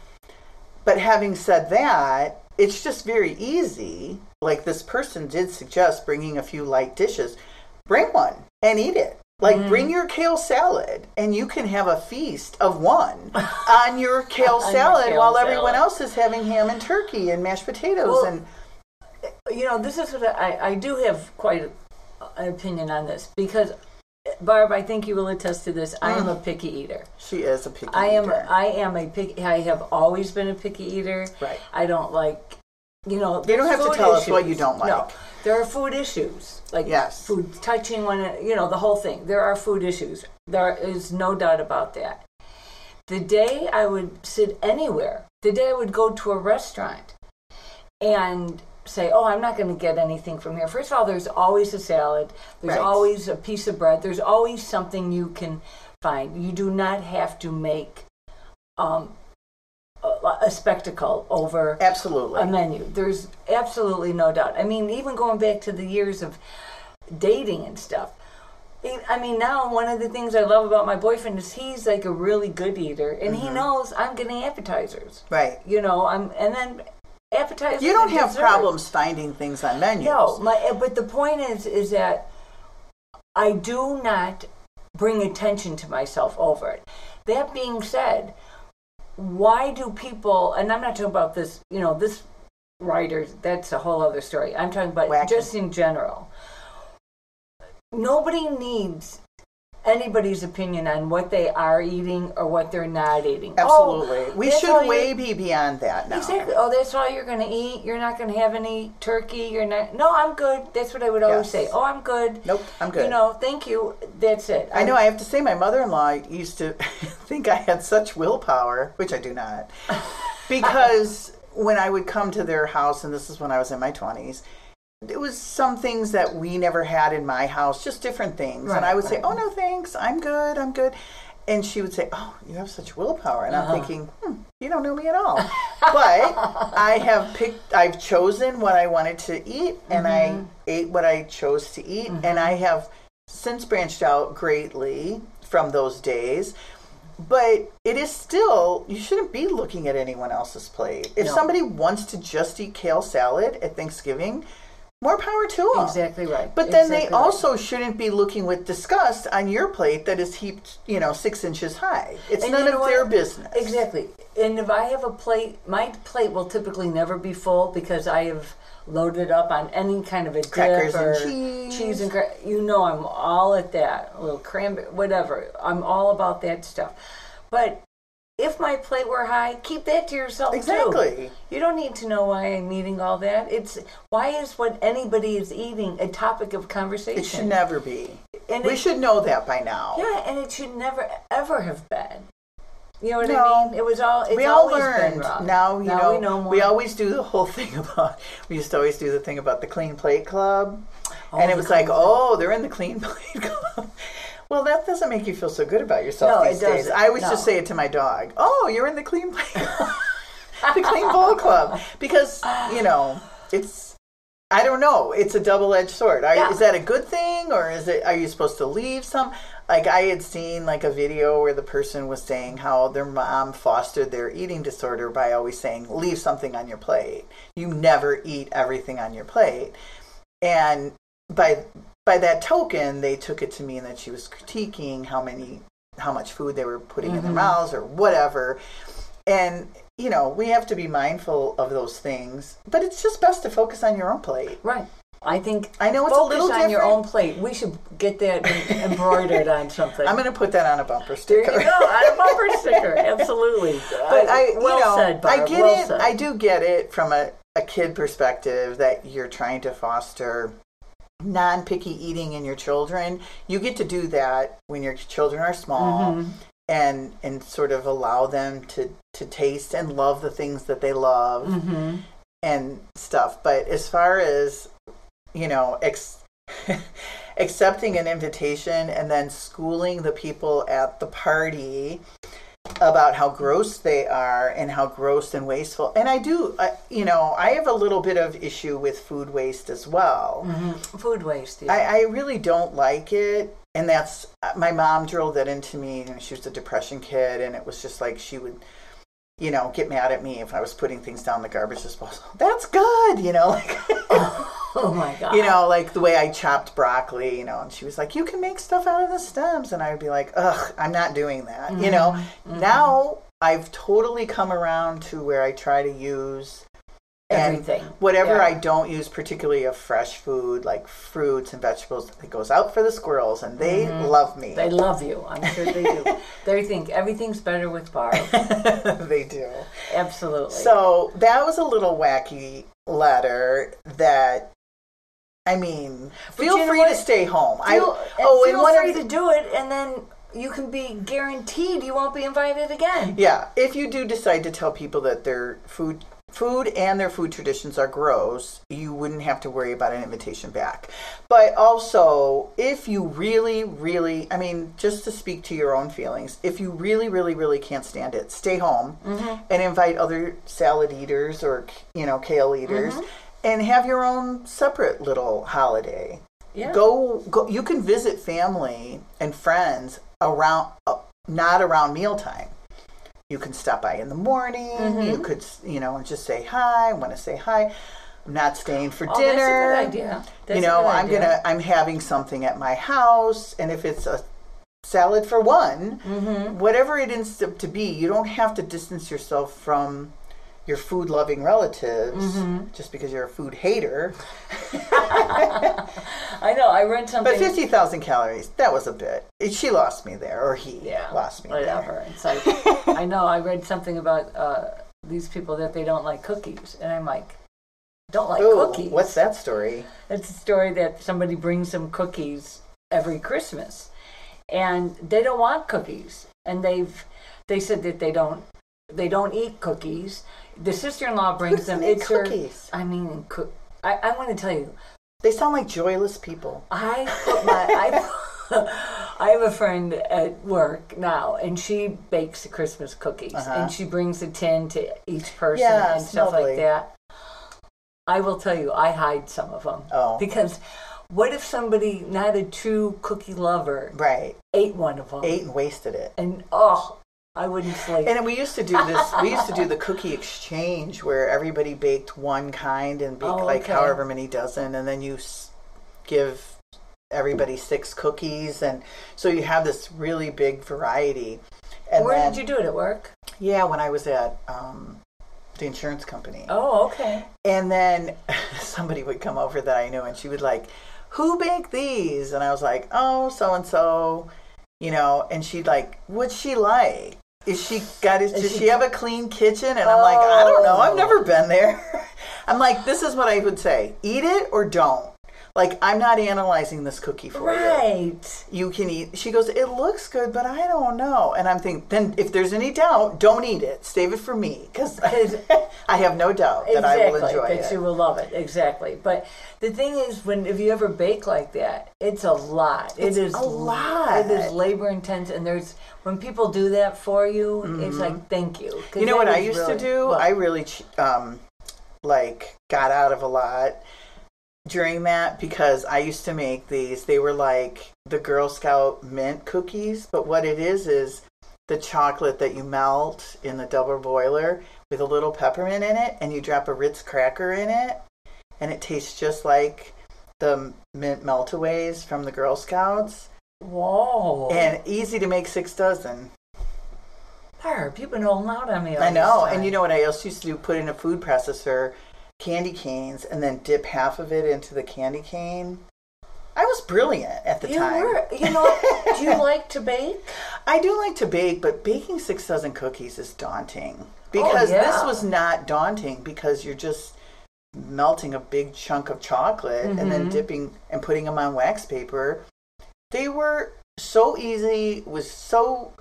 [SPEAKER 1] But having said that, it's just very easy. Like this person did suggest bringing a few light dishes. Bring one and eat it. Like
[SPEAKER 2] Mm.
[SPEAKER 1] bring your kale salad and you can have a feast of one on your kale
[SPEAKER 2] On your
[SPEAKER 1] salad
[SPEAKER 2] kale
[SPEAKER 1] while everyone
[SPEAKER 2] salad.
[SPEAKER 1] else is having ham and turkey and mashed potatoes
[SPEAKER 2] Well,
[SPEAKER 1] and
[SPEAKER 2] you know, this is what I, I do have quite an opinion on this because Barb, I think you will attest to this. I am a picky eater.
[SPEAKER 1] She is a picky
[SPEAKER 2] I am
[SPEAKER 1] eater.
[SPEAKER 2] I am a picky. I have always been a picky eater.
[SPEAKER 1] Right.
[SPEAKER 2] I don't like, you know.
[SPEAKER 1] You don't have to
[SPEAKER 2] food
[SPEAKER 1] tell us what
[SPEAKER 2] issues.
[SPEAKER 1] you don't
[SPEAKER 2] No,
[SPEAKER 1] like.
[SPEAKER 2] there are food issues, like
[SPEAKER 1] Yes.
[SPEAKER 2] food touching one. an- You know the whole thing. There are food issues. There is no doubt about that. The day I would sit anywhere, the day I would go to a restaurant, and say, "Oh, I'm not going to get anything from here." First of all, there's always a salad. There's
[SPEAKER 1] Right.
[SPEAKER 2] always a piece of bread. There's always something you can find. You do not have to make um, a, a spectacle over
[SPEAKER 1] Absolutely.
[SPEAKER 2] a menu. There's absolutely no doubt. I mean, even going back to the years of dating and stuff. I- I mean, now one of the things I love about my boyfriend is he's like a really good eater, and he knows I'm getting appetizers.
[SPEAKER 1] right.
[SPEAKER 2] You know, I'm, and then appetizers.
[SPEAKER 1] You don't
[SPEAKER 2] and
[SPEAKER 1] have
[SPEAKER 2] dessert.
[SPEAKER 1] problems finding things on menus.
[SPEAKER 2] No, my, but the point is, is that I do not bring attention to myself over it. That being said, why do people? And I'm not talking about this. You know, this writer. That's a whole other story. I'm talking about
[SPEAKER 1] Wacky.
[SPEAKER 2] just in general. Nobody needs anybody's opinion on what they are eating or what they're not eating. Oh,
[SPEAKER 1] Absolutely. we
[SPEAKER 2] that's all
[SPEAKER 1] should
[SPEAKER 2] you-
[SPEAKER 1] way be beyond that now.
[SPEAKER 2] Exactly. Oh, that's all you're going to eat. You're not going to have any turkey. You're not. No, I'm good. That's what I would always
[SPEAKER 1] Yes.
[SPEAKER 2] say. Oh, I'm good.
[SPEAKER 1] Nope, I'm good.
[SPEAKER 2] You know, thank you. That's it.
[SPEAKER 1] I know I have to say my mother-in-law used to think I had such willpower, which I do not. Because when I would come to their house and this is when I was in my 20s, it was some things that we never had in my house, just different things. and I
[SPEAKER 2] Right,
[SPEAKER 1] would say,
[SPEAKER 2] right.
[SPEAKER 1] "Oh no, thanks. I'm good. I'm good." And she would say, "Oh, you have such willpower." And
[SPEAKER 2] Uh-huh.
[SPEAKER 1] I'm thinking, hmm, "You don't know me at all." but I have picked I've chosen what I wanted to eat and
[SPEAKER 2] Mm-hmm.
[SPEAKER 1] I ate what I chose to eat and I have since branched out greatly from those days. But it is still, you shouldn't be looking at anyone else's plate. If
[SPEAKER 2] No.
[SPEAKER 1] somebody wants to just eat kale salad at Thanksgiving, more power to them.
[SPEAKER 2] Exactly right.
[SPEAKER 1] But then
[SPEAKER 2] Exactly
[SPEAKER 1] they
[SPEAKER 2] right.
[SPEAKER 1] also shouldn't be looking with disgust on your plate that is heaped, you know, six inches high. It's
[SPEAKER 2] And
[SPEAKER 1] none
[SPEAKER 2] you know
[SPEAKER 1] of their
[SPEAKER 2] what?
[SPEAKER 1] business.
[SPEAKER 2] Exactly. And if I have a plate, my plate will typically never be full because I have loaded up on any kind of a dip
[SPEAKER 1] Crackers and
[SPEAKER 2] or
[SPEAKER 1] cheese.
[SPEAKER 2] cheese and cra- you know I'm all at that. A little cranberry, whatever. I'm all about that stuff. But if my plate were high, keep that to yourself too.
[SPEAKER 1] Exactly.
[SPEAKER 2] You don't need to know why I'm eating all that. It's why is what anybody is eating a topic of conversation?
[SPEAKER 1] It should never be.
[SPEAKER 2] And
[SPEAKER 1] we
[SPEAKER 2] it-
[SPEAKER 1] should know that by now.
[SPEAKER 2] Yeah, and it should never ever have been. You know what
[SPEAKER 1] No.
[SPEAKER 2] I mean? It was all. It's
[SPEAKER 1] we all
[SPEAKER 2] always been
[SPEAKER 1] learned
[SPEAKER 2] wrong.
[SPEAKER 1] now. You know,
[SPEAKER 2] we know more.
[SPEAKER 1] we always do the whole thing about. We used to always do the thing about the clean plate club, and
[SPEAKER 2] the
[SPEAKER 1] it was like,
[SPEAKER 2] clean plate.
[SPEAKER 1] oh, they're in the clean plate club. Well, that doesn't make you feel so good about yourself
[SPEAKER 2] No, it
[SPEAKER 1] these days.
[SPEAKER 2] doesn't.
[SPEAKER 1] I always
[SPEAKER 2] No.
[SPEAKER 1] just say it to my dog. Oh, you're in the clean plate, club." the clean bowl club, because you know it's. I don't know. It's a double-edged sword. Are,
[SPEAKER 2] Yeah.
[SPEAKER 1] Is that a good thing, or is it? Are you supposed to leave some? Like I had seen like a video where the person was saying how their mom fostered their eating disorder by always saying, "Leave something on your plate. You never eat everything on your plate." And by by that token, they took it to mean that she was critiquing how many how much food they were putting in their mouths or whatever. And you know, we have to be mindful of those things, but it's just best to focus on your own plate.
[SPEAKER 2] right. I think
[SPEAKER 1] I know it's a
[SPEAKER 2] focus
[SPEAKER 1] little
[SPEAKER 2] on your
[SPEAKER 1] different.
[SPEAKER 2] own plate. We should get that em- embroidered on something.
[SPEAKER 1] I'm going to put that on a bumper
[SPEAKER 2] there
[SPEAKER 1] sticker.
[SPEAKER 2] you go, on a bumper sticker. Absolutely.
[SPEAKER 1] but I,
[SPEAKER 2] well
[SPEAKER 1] you know,
[SPEAKER 2] said, Barb.
[SPEAKER 1] I get
[SPEAKER 2] well
[SPEAKER 1] it.
[SPEAKER 2] Said.
[SPEAKER 1] I do get it from a, a kid perspective that you're trying to foster non picky eating in your children. You get to do that when your children are small.
[SPEAKER 2] Mm-hmm.
[SPEAKER 1] And, and sort of allow them to, to taste and love the things that they love
[SPEAKER 2] Mm-hmm.
[SPEAKER 1] and stuff. But as far as, you know, ex- accepting an invitation and then schooling the people at the party about how gross they are and how gross and wasteful. And I do, uh, you know, I have a little bit of issue with food waste as well.
[SPEAKER 2] Food waste. Yeah.
[SPEAKER 1] I, I really don't like it. And that's my mom drilled that into me. And she was a depression kid, and it was just like she would, you know, get mad at me if I was putting things down the garbage disposal. That's good, you know, like
[SPEAKER 2] oh my god.
[SPEAKER 1] you know, like the way I chopped broccoli, you know, and she was like, "You can make stuff out of the stems," and I would be like, "Ugh, I'm not doing that," you know. Now I've totally come around to where I try to use And
[SPEAKER 2] Everything,
[SPEAKER 1] whatever
[SPEAKER 2] yeah.
[SPEAKER 1] I don't use, particularly of fresh food like fruits and vegetables, it goes out for the squirrels, and they love me.
[SPEAKER 2] Mm-hmm. They love you. I'm sure they do. they think everything's better with Barb.
[SPEAKER 1] they do.
[SPEAKER 2] Absolutely.
[SPEAKER 1] So that was a little wacky letter that I mean, feel
[SPEAKER 2] you know
[SPEAKER 1] free to
[SPEAKER 2] what?
[SPEAKER 1] stay home. I
[SPEAKER 2] feel,
[SPEAKER 1] oh,
[SPEAKER 2] and
[SPEAKER 1] and
[SPEAKER 2] feel
[SPEAKER 1] one
[SPEAKER 2] free
[SPEAKER 1] of the,
[SPEAKER 2] to do it, and then you can be guaranteed you won't be invited again.
[SPEAKER 1] yeah, if you do decide to tell people that their food food and their food traditions are gross, you wouldn't have to worry about an invitation back. But also, if you really really, I mean, just to speak to your own feelings, if you really really really can't stand it, stay home and invite other salad eaters or, you know, kale eaters. And have your own separate little holiday.
[SPEAKER 2] Yeah.
[SPEAKER 1] go go you can visit family and friends around uh, not around mealtime you can stop by in the morning you
[SPEAKER 2] Mm-hmm.
[SPEAKER 1] could s- you know and just say hi want to say hi i'm not staying for
[SPEAKER 2] Oh,
[SPEAKER 1] dinner
[SPEAKER 2] That's a good idea. That's
[SPEAKER 1] you
[SPEAKER 2] a
[SPEAKER 1] know
[SPEAKER 2] good
[SPEAKER 1] i'm
[SPEAKER 2] idea.
[SPEAKER 1] gonna i'm having something at my house and if it's a salad for one
[SPEAKER 2] Mm-hmm.
[SPEAKER 1] whatever it ends up to be you don't have to distance yourself from your food loving relatives
[SPEAKER 2] Mm-hmm.
[SPEAKER 1] just because you're a food hater
[SPEAKER 2] I know. I read something.
[SPEAKER 1] But 50,000 calories, that was a bit. It- She lost me there, or he
[SPEAKER 2] yeah,
[SPEAKER 1] lost me there.
[SPEAKER 2] Whatever. It's like I know. I read something about uh, these people that they don't like cookies, and I'm like, don't like
[SPEAKER 1] Ooh,
[SPEAKER 2] cookies.
[SPEAKER 1] what's that story?
[SPEAKER 2] It's a story that somebody brings them cookies every Christmas, and they don't want cookies, and they've they said that they don't they don't eat cookies. The sister-in-law brings them.
[SPEAKER 1] doesn't eat
[SPEAKER 2] It's her-
[SPEAKER 1] cookies?
[SPEAKER 2] I mean, cook. I, I want to tell you,
[SPEAKER 1] They sound like joyless people.
[SPEAKER 2] I put my I, I have a friend at work now, and she bakes the Christmas cookies, and she brings a tin to each person
[SPEAKER 1] Yeah,
[SPEAKER 2] and stuff
[SPEAKER 1] Uh-huh. lovely.
[SPEAKER 2] like that. I will tell you, I hide some of them
[SPEAKER 1] Oh.
[SPEAKER 2] because what if somebody, not a true cookie lover,
[SPEAKER 1] Right.
[SPEAKER 2] ate one of them,
[SPEAKER 1] Ate and wasted it.
[SPEAKER 2] and oh, I wouldn't sleep.
[SPEAKER 1] And we used to do this, we used to do the cookie exchange where everybody baked one kind and baked
[SPEAKER 2] Oh,
[SPEAKER 1] like
[SPEAKER 2] okay.
[SPEAKER 1] however many dozen, and then you s- give everybody six cookies. And so you have this really big variety. And
[SPEAKER 2] Where
[SPEAKER 1] then,
[SPEAKER 2] did you do it at work?
[SPEAKER 1] Yeah, when I was at um, the insurance company.
[SPEAKER 2] Oh, okay.
[SPEAKER 1] And then somebody would come over that I knew and she would like, Who baked these? And I was like, Oh, so and so, you know, and she'd like, What's she like? Is she got is, does
[SPEAKER 2] she-
[SPEAKER 1] she have a clean kitchen? And I'm like, I don't know,
[SPEAKER 2] Oh.
[SPEAKER 1] I've never been there. I'm like, this is what I would say. Eat it or don't. Like I'm not analyzing this cookie for you
[SPEAKER 2] Right.
[SPEAKER 1] you can eat she goes it looks good but i don't know and i'm thinking then if there's any doubt don't eat it save it for me because i have no doubt that
[SPEAKER 2] exactly,
[SPEAKER 1] i will enjoy
[SPEAKER 2] that
[SPEAKER 1] it
[SPEAKER 2] you will love it exactly but the thing is when if you ever bake like that it's a lot it's
[SPEAKER 1] a lot.
[SPEAKER 2] it is labor intense and there's when people do that for you it's like thank you 'Cause
[SPEAKER 1] Mm-hmm. you know
[SPEAKER 2] that
[SPEAKER 1] what i
[SPEAKER 2] is
[SPEAKER 1] used
[SPEAKER 2] really-
[SPEAKER 1] to do
[SPEAKER 2] well,
[SPEAKER 1] i really ch- um like got out of a lot during that because i used to make these they were like the girl scout mint cookies but what it is is the chocolate that you melt in the double boiler with a little peppermint in it and you drop a ritz cracker in it and it tastes just like the mint meltaways from the girl scouts
[SPEAKER 2] whoa
[SPEAKER 1] and easy to make six dozen
[SPEAKER 2] Barb, you've been holding out on me all
[SPEAKER 1] I
[SPEAKER 2] this
[SPEAKER 1] know. And
[SPEAKER 2] time.
[SPEAKER 1] you know what I also used to do? Put in a food processor, candy canes, and then dip half of it into the candy cane. I was brilliant at the
[SPEAKER 2] you
[SPEAKER 1] time.
[SPEAKER 2] were you know do you like to bake
[SPEAKER 1] I do like to bake, but baking six dozen cookies is daunting. Because this
[SPEAKER 2] Oh, yeah.
[SPEAKER 1] was not daunting because you're just melting a big chunk of chocolate and
[SPEAKER 2] Mm-hmm.
[SPEAKER 1] then dipping and putting them on wax paper. They were so easy, was so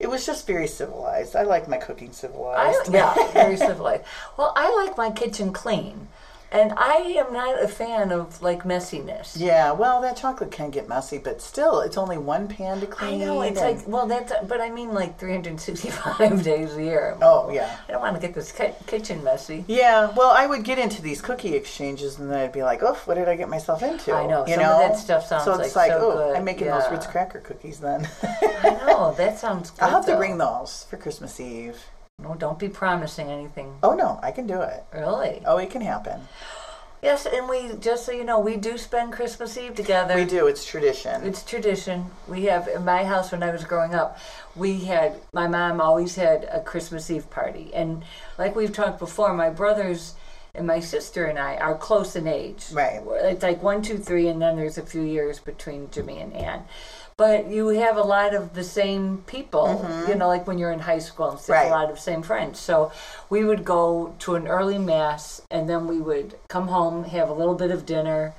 [SPEAKER 1] it was just very civilized. I like my cooking
[SPEAKER 2] I,
[SPEAKER 1] civilized.
[SPEAKER 2] yeah, very civilized. Well, I like my kitchen clean, and I am not a fan of like messiness.
[SPEAKER 1] Yeah, well, that chocolate can get messy, but still, it's only one pan to
[SPEAKER 2] I
[SPEAKER 1] clean.
[SPEAKER 2] know it's
[SPEAKER 1] and-
[SPEAKER 2] like well that's but I mean like 365 days a year.
[SPEAKER 1] oh yeah,
[SPEAKER 2] I don't want to get this ki- kitchen messy.
[SPEAKER 1] yeah. Well, I would get into these cookie exchanges, and then I'd be like, "Oh, what did I get myself into?"
[SPEAKER 2] I know,
[SPEAKER 1] you
[SPEAKER 2] some of
[SPEAKER 1] know
[SPEAKER 2] that stuff sounds
[SPEAKER 1] so. It's
[SPEAKER 2] like
[SPEAKER 1] like,
[SPEAKER 2] so
[SPEAKER 1] oh,
[SPEAKER 2] good,
[SPEAKER 1] I'm making
[SPEAKER 2] yeah.
[SPEAKER 1] those Ritz cracker cookies then.
[SPEAKER 2] I know that sounds. good,
[SPEAKER 1] I'll have to
[SPEAKER 2] though.
[SPEAKER 1] bring those for Christmas Eve.
[SPEAKER 2] No, don't be promising anything.
[SPEAKER 1] Oh no, I can do it.
[SPEAKER 2] Really?
[SPEAKER 1] Oh, it can happen.
[SPEAKER 2] Yes, and we just so you know, we do spend Christmas Eve together.
[SPEAKER 1] We do. It's tradition.
[SPEAKER 2] It's tradition. We have in my house when I was growing up, we had my mom always had a Christmas Eve party, and like we've talked before, my brothers and my sister and I are close in age.
[SPEAKER 1] Right.
[SPEAKER 2] It's like one, two, three, and then there's a few years between Jimmy and Ann. But you have a lot of the same people, you know, like when you're in high school and stuff,
[SPEAKER 1] Mm-hmm. Right.
[SPEAKER 2] a lot of same friends. So we would go to an early mass, and then we would come home, have a little bit of dinner,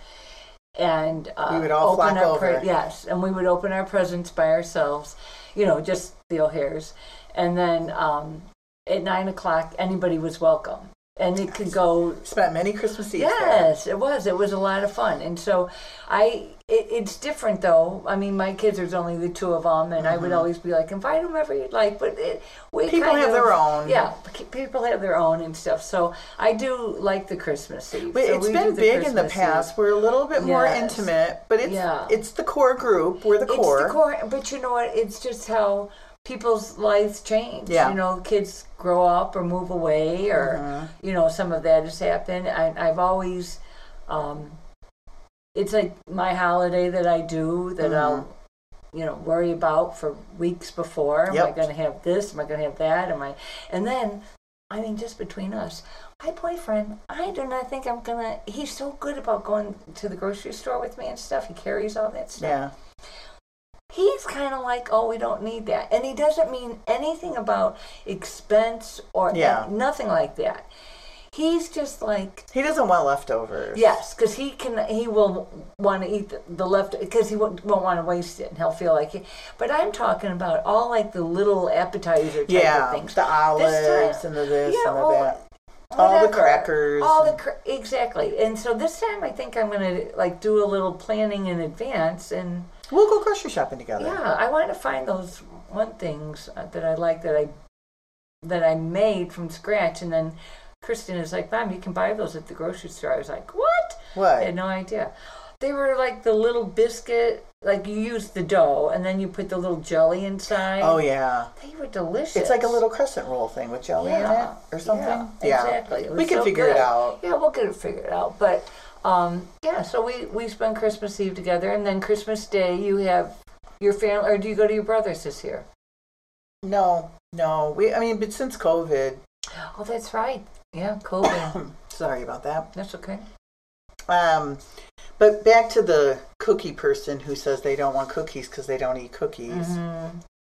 [SPEAKER 2] and uh,
[SPEAKER 1] We would all
[SPEAKER 2] open
[SPEAKER 1] flock
[SPEAKER 2] our
[SPEAKER 1] over.
[SPEAKER 2] yes, and we would open our presents by ourselves, you know, just the O'Hares, and then um, at nine o'clock, anybody was welcome, and it could go
[SPEAKER 1] Spent many Christmas Eves there.
[SPEAKER 2] Yes, it was. It was a lot of fun, and so I. It, it's different though. I mean, my kids. There's only the two of them, and I would always be like, invite them ever you'd like. But it, we
[SPEAKER 1] Mm-hmm. People
[SPEAKER 2] kind
[SPEAKER 1] have
[SPEAKER 2] of-
[SPEAKER 1] their own.
[SPEAKER 2] Yeah, p- people have their own and stuff. So I do like the Christmas Eve.
[SPEAKER 1] But
[SPEAKER 2] so
[SPEAKER 1] it's
[SPEAKER 2] we do
[SPEAKER 1] been
[SPEAKER 2] the
[SPEAKER 1] big in the
[SPEAKER 2] Christmas Eve.
[SPEAKER 1] past. We're a little bit more
[SPEAKER 2] Yes.
[SPEAKER 1] intimate, but it's
[SPEAKER 2] Yeah.
[SPEAKER 1] it's the core group. We're the
[SPEAKER 2] It's the core, but you know what? It's just how people's lives change.
[SPEAKER 1] Yeah.
[SPEAKER 2] You know, kids grow up or move away, or
[SPEAKER 1] Mm-hmm.
[SPEAKER 2] you know, some of that has happened. I, I've always, um, it's like my holiday that I do
[SPEAKER 1] Mm-hmm.
[SPEAKER 2] that I'll. You know, worry about for weeks before. Am I
[SPEAKER 1] Yep.
[SPEAKER 2] going to have this? Am I going to have that? Am I? And then, I mean, just between us, my boyfriend, I do not think I'm gonna. He's so good about going to the grocery store with me and stuff. He carries all that stuff
[SPEAKER 1] Yeah.
[SPEAKER 2] he's kind of like, oh, we don't need that. And he doesn't mean anything about expense or
[SPEAKER 1] Yeah.
[SPEAKER 2] nothing like that. He's just like,
[SPEAKER 1] He doesn't want leftovers.
[SPEAKER 2] yes, because he can, he will want to eat the, the left, because he won't, won't want to waste it and he'll feel like it. But I'm talking about all like the little appetizer type
[SPEAKER 1] Yeah.
[SPEAKER 2] of things.
[SPEAKER 1] The olives
[SPEAKER 2] time-
[SPEAKER 1] and the this
[SPEAKER 2] Yeah,
[SPEAKER 1] and the
[SPEAKER 2] well,
[SPEAKER 1] that. All the
[SPEAKER 2] Whatever.
[SPEAKER 1] crackers
[SPEAKER 2] All the
[SPEAKER 1] and-
[SPEAKER 2] cra- exactly. And so this time I think I'm going to like do a little planning in advance and
[SPEAKER 1] We'll go grocery shopping together.
[SPEAKER 2] Yeah, I want to find those one things uh, that I like that I that I made from scratch, and then Kristen is like, "Mom, you can buy those at the grocery store." I was like, "What?" I
[SPEAKER 1] What?
[SPEAKER 2] had no idea. They were like the little biscuit, like you use the dough, and then you put the little jelly inside.
[SPEAKER 1] oh yeah.
[SPEAKER 2] they were delicious.
[SPEAKER 1] It's like a little crescent roll thing with jelly in
[SPEAKER 2] Yeah,
[SPEAKER 1] it or something.
[SPEAKER 2] Yeah, exactly. It
[SPEAKER 1] We
[SPEAKER 2] was
[SPEAKER 1] can
[SPEAKER 2] so
[SPEAKER 1] figure
[SPEAKER 2] good.
[SPEAKER 1] it out.
[SPEAKER 2] Yeah, we'll get it figured out. But um, yeah, so we we spend Christmas Eve together, and then Christmas Day you have your family, or do you go to your brother's this year?
[SPEAKER 1] No, no. We I mean, but since COVID, um,
[SPEAKER 2] Oh, that's right. Yeah, COVID.
[SPEAKER 1] sorry about that.
[SPEAKER 2] that's okay.
[SPEAKER 1] Um, but back to the cookie person who says they don't want cookies because they don't eat cookies.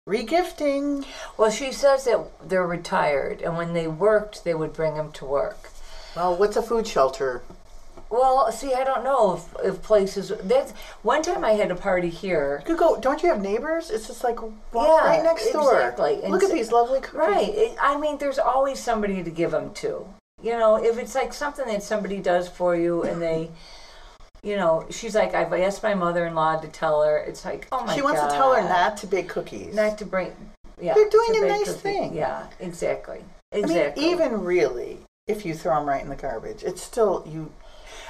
[SPEAKER 1] Regifting.
[SPEAKER 2] Mm-hmm. Well, she says that they're retired, and when they worked, they would bring them to work.
[SPEAKER 1] Well, what's a food shelter?
[SPEAKER 2] Well, see, I don't know if, if places. That's one time I had a party here.
[SPEAKER 1] You could go. Don't you have neighbors? It's just like walk
[SPEAKER 2] Yeah,
[SPEAKER 1] right next door.
[SPEAKER 2] exactly. And
[SPEAKER 1] Look
[SPEAKER 2] so-
[SPEAKER 1] at these lovely cookies.
[SPEAKER 2] Right. It, I mean, there's always somebody to give them to. You know, if it's like something that somebody does for you, and they, you know, she's like, I've asked my mother-in-law to tell her. It's like, oh my.
[SPEAKER 1] She wants to tell her
[SPEAKER 2] God.
[SPEAKER 1] not to bake cookies.
[SPEAKER 2] not to bring. Yeah,
[SPEAKER 1] They're doing
[SPEAKER 2] to
[SPEAKER 1] a
[SPEAKER 2] bake
[SPEAKER 1] nice
[SPEAKER 2] cookies.
[SPEAKER 1] thing.
[SPEAKER 2] Yeah, exactly.
[SPEAKER 1] I mean,
[SPEAKER 2] Exactly.
[SPEAKER 1] even really, if you throw them right in the garbage, it's still you.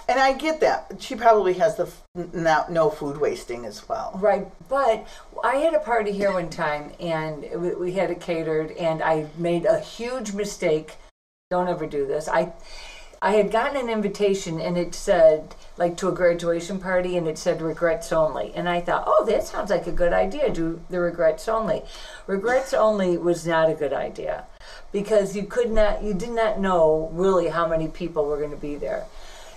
[SPEAKER 1] And I get that she probably has the f- n- now no food wasting as well.
[SPEAKER 2] right, but I had a party here one time, and it, wa- we had it catered, and I made a huge mistake. Don't ever do this. I I had gotten an invitation, and it said like to a graduation party, and it said regrets only. And I thought, oh, that sounds like a good idea. Do the regrets only. Regrets only was not a good idea because you could not, you did not know really how many people were going to be there.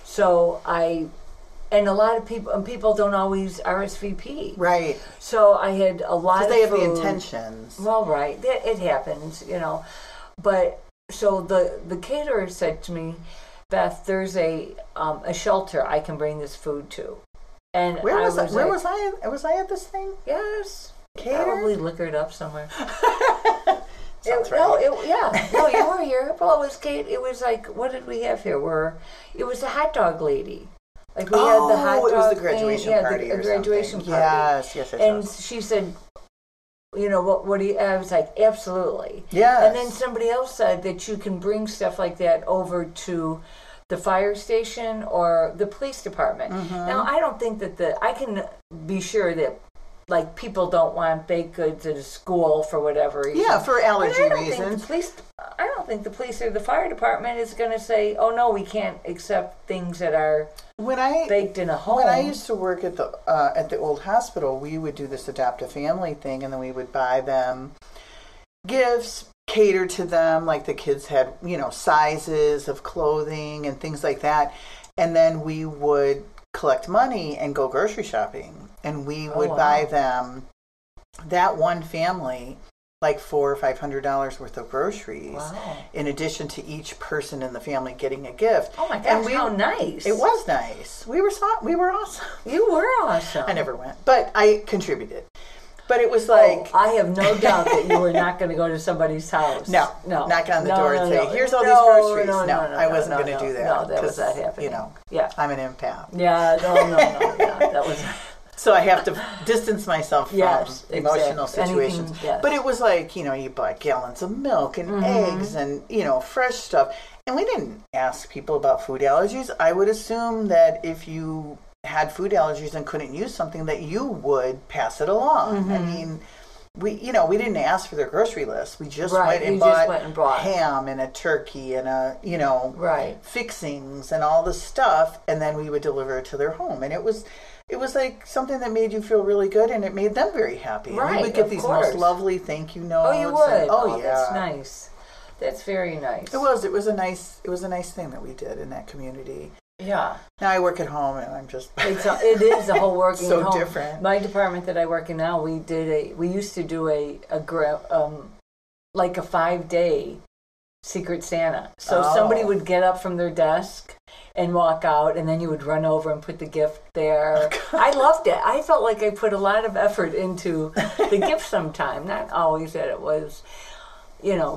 [SPEAKER 2] So I, and a lot of people, and people don't always RSVP.
[SPEAKER 1] Right,
[SPEAKER 2] So I had a lot of
[SPEAKER 1] because they have the
[SPEAKER 2] food.
[SPEAKER 1] intentions.
[SPEAKER 2] Well, right, it, it happens, you know. But so the the caterer said to me, Beth, there's a um, a shelter I can bring this food to. And
[SPEAKER 1] Where
[SPEAKER 2] I
[SPEAKER 1] was, I, where
[SPEAKER 2] like,
[SPEAKER 1] was I? at- Was I at this thing?
[SPEAKER 2] Yes,
[SPEAKER 1] Catered?
[SPEAKER 2] probably liquored up somewhere.
[SPEAKER 1] Sounds
[SPEAKER 2] It- No,
[SPEAKER 1] right.
[SPEAKER 2] it, yeah, no, you were here. Well, it was Kate. It was like, what did we have here? Were it was the hot dog lady. Like we had the hot
[SPEAKER 1] Oh,
[SPEAKER 2] dog.
[SPEAKER 1] it was the
[SPEAKER 2] thing-
[SPEAKER 1] graduation
[SPEAKER 2] yeah,
[SPEAKER 1] party
[SPEAKER 2] the
[SPEAKER 1] or
[SPEAKER 2] a graduation
[SPEAKER 1] something.
[SPEAKER 2] party.
[SPEAKER 1] Yes, yes, yes,
[SPEAKER 2] And
[SPEAKER 1] yes.
[SPEAKER 2] she said, you know, what? What do you? I was like, absolutely.
[SPEAKER 1] Yes.
[SPEAKER 2] And then somebody else said that you can bring stuff like that over to the fire station or the police department. Now, I don't think that the I can be sure that like people don't want baked goods at a school for whatever reason.
[SPEAKER 1] yeah, for
[SPEAKER 2] But
[SPEAKER 1] allergy
[SPEAKER 2] I don't think
[SPEAKER 1] reasons.
[SPEAKER 2] the police. I don't think the police or the fire department is going to say, "Oh no, we can't accept things that are
[SPEAKER 1] When I
[SPEAKER 2] baked in a home."
[SPEAKER 1] When I used to work at the uh, at the old hospital, we would do this adopt a family thing, and then we would buy them gifts, catered to them. Like the kids had, you know, sizes of clothing and things like that. And then we would collect money and go grocery shopping. And we
[SPEAKER 2] Oh,
[SPEAKER 1] would
[SPEAKER 2] wow.
[SPEAKER 1] buy them, that one family, like four or five hundred dollars worth of groceries.
[SPEAKER 2] Wow.
[SPEAKER 1] In addition to each person in the family getting a gift.
[SPEAKER 2] Oh my
[SPEAKER 1] And
[SPEAKER 2] gosh, how nice.
[SPEAKER 1] It was nice. We were so, we were awesome.
[SPEAKER 2] You were awesome.
[SPEAKER 1] I never went, but I contributed. But it was like,
[SPEAKER 2] I have no doubt that you were not going to go to somebody's house.
[SPEAKER 1] No,
[SPEAKER 2] no,
[SPEAKER 1] knock on the
[SPEAKER 2] No,
[SPEAKER 1] door
[SPEAKER 2] no,
[SPEAKER 1] and
[SPEAKER 2] no.
[SPEAKER 1] say, "Here's all
[SPEAKER 2] No,
[SPEAKER 1] these groceries." No,
[SPEAKER 2] No, no, no,
[SPEAKER 1] I
[SPEAKER 2] no,
[SPEAKER 1] wasn't
[SPEAKER 2] no,
[SPEAKER 1] going to
[SPEAKER 2] no.
[SPEAKER 1] do that.
[SPEAKER 2] No, that was
[SPEAKER 1] 'cause,
[SPEAKER 2] not happening.
[SPEAKER 1] You know,
[SPEAKER 2] yeah,
[SPEAKER 1] I'm an empath,
[SPEAKER 2] yeah, no, no, no, yeah, that was
[SPEAKER 1] so I have to distance myself from
[SPEAKER 2] Yes,
[SPEAKER 1] emotional
[SPEAKER 2] exactly.
[SPEAKER 1] situations.
[SPEAKER 2] Anything- yes. Mm-hmm.
[SPEAKER 1] But it was like, you know, you bought gallons of milk and eggs and you know fresh stuff, and we didn't ask people about food allergies. I would assume that if you had food allergies and couldn't use something, that you would pass it along.
[SPEAKER 2] Mm-hmm.
[SPEAKER 1] I mean. We, you know, we didn't ask for their grocery list. We just
[SPEAKER 2] Right,
[SPEAKER 1] went and
[SPEAKER 2] you just
[SPEAKER 1] bought
[SPEAKER 2] went and bought.
[SPEAKER 1] ham and a turkey and a, you know,
[SPEAKER 2] right.
[SPEAKER 1] fixings and all the stuff and then we would deliver it to their home and it was it was like something that made you feel really good and it made them very happy And
[SPEAKER 2] Right,
[SPEAKER 1] we would get
[SPEAKER 2] of
[SPEAKER 1] these
[SPEAKER 2] course.
[SPEAKER 1] most lovely thank you notes
[SPEAKER 2] Oh, you
[SPEAKER 1] and-
[SPEAKER 2] would.
[SPEAKER 1] oh, yeah
[SPEAKER 2] that's nice. That's very nice.
[SPEAKER 1] it was it was a nice it was a nice thing that we did in that community
[SPEAKER 2] Yeah,
[SPEAKER 1] now i work at home and i'm just
[SPEAKER 2] it's a, it is a whole working
[SPEAKER 1] So
[SPEAKER 2] home.
[SPEAKER 1] different.
[SPEAKER 2] My department that I work in now, we did a we used to do a a gra- um like a five day secret Santa. So
[SPEAKER 1] Oh.
[SPEAKER 2] somebody would get up from their desk and walk out, and then you would run over and put the gift
[SPEAKER 1] Oh,
[SPEAKER 2] there. I loved it. I felt like I put a lot of effort into the gift. Sometime, not always that it was, you know,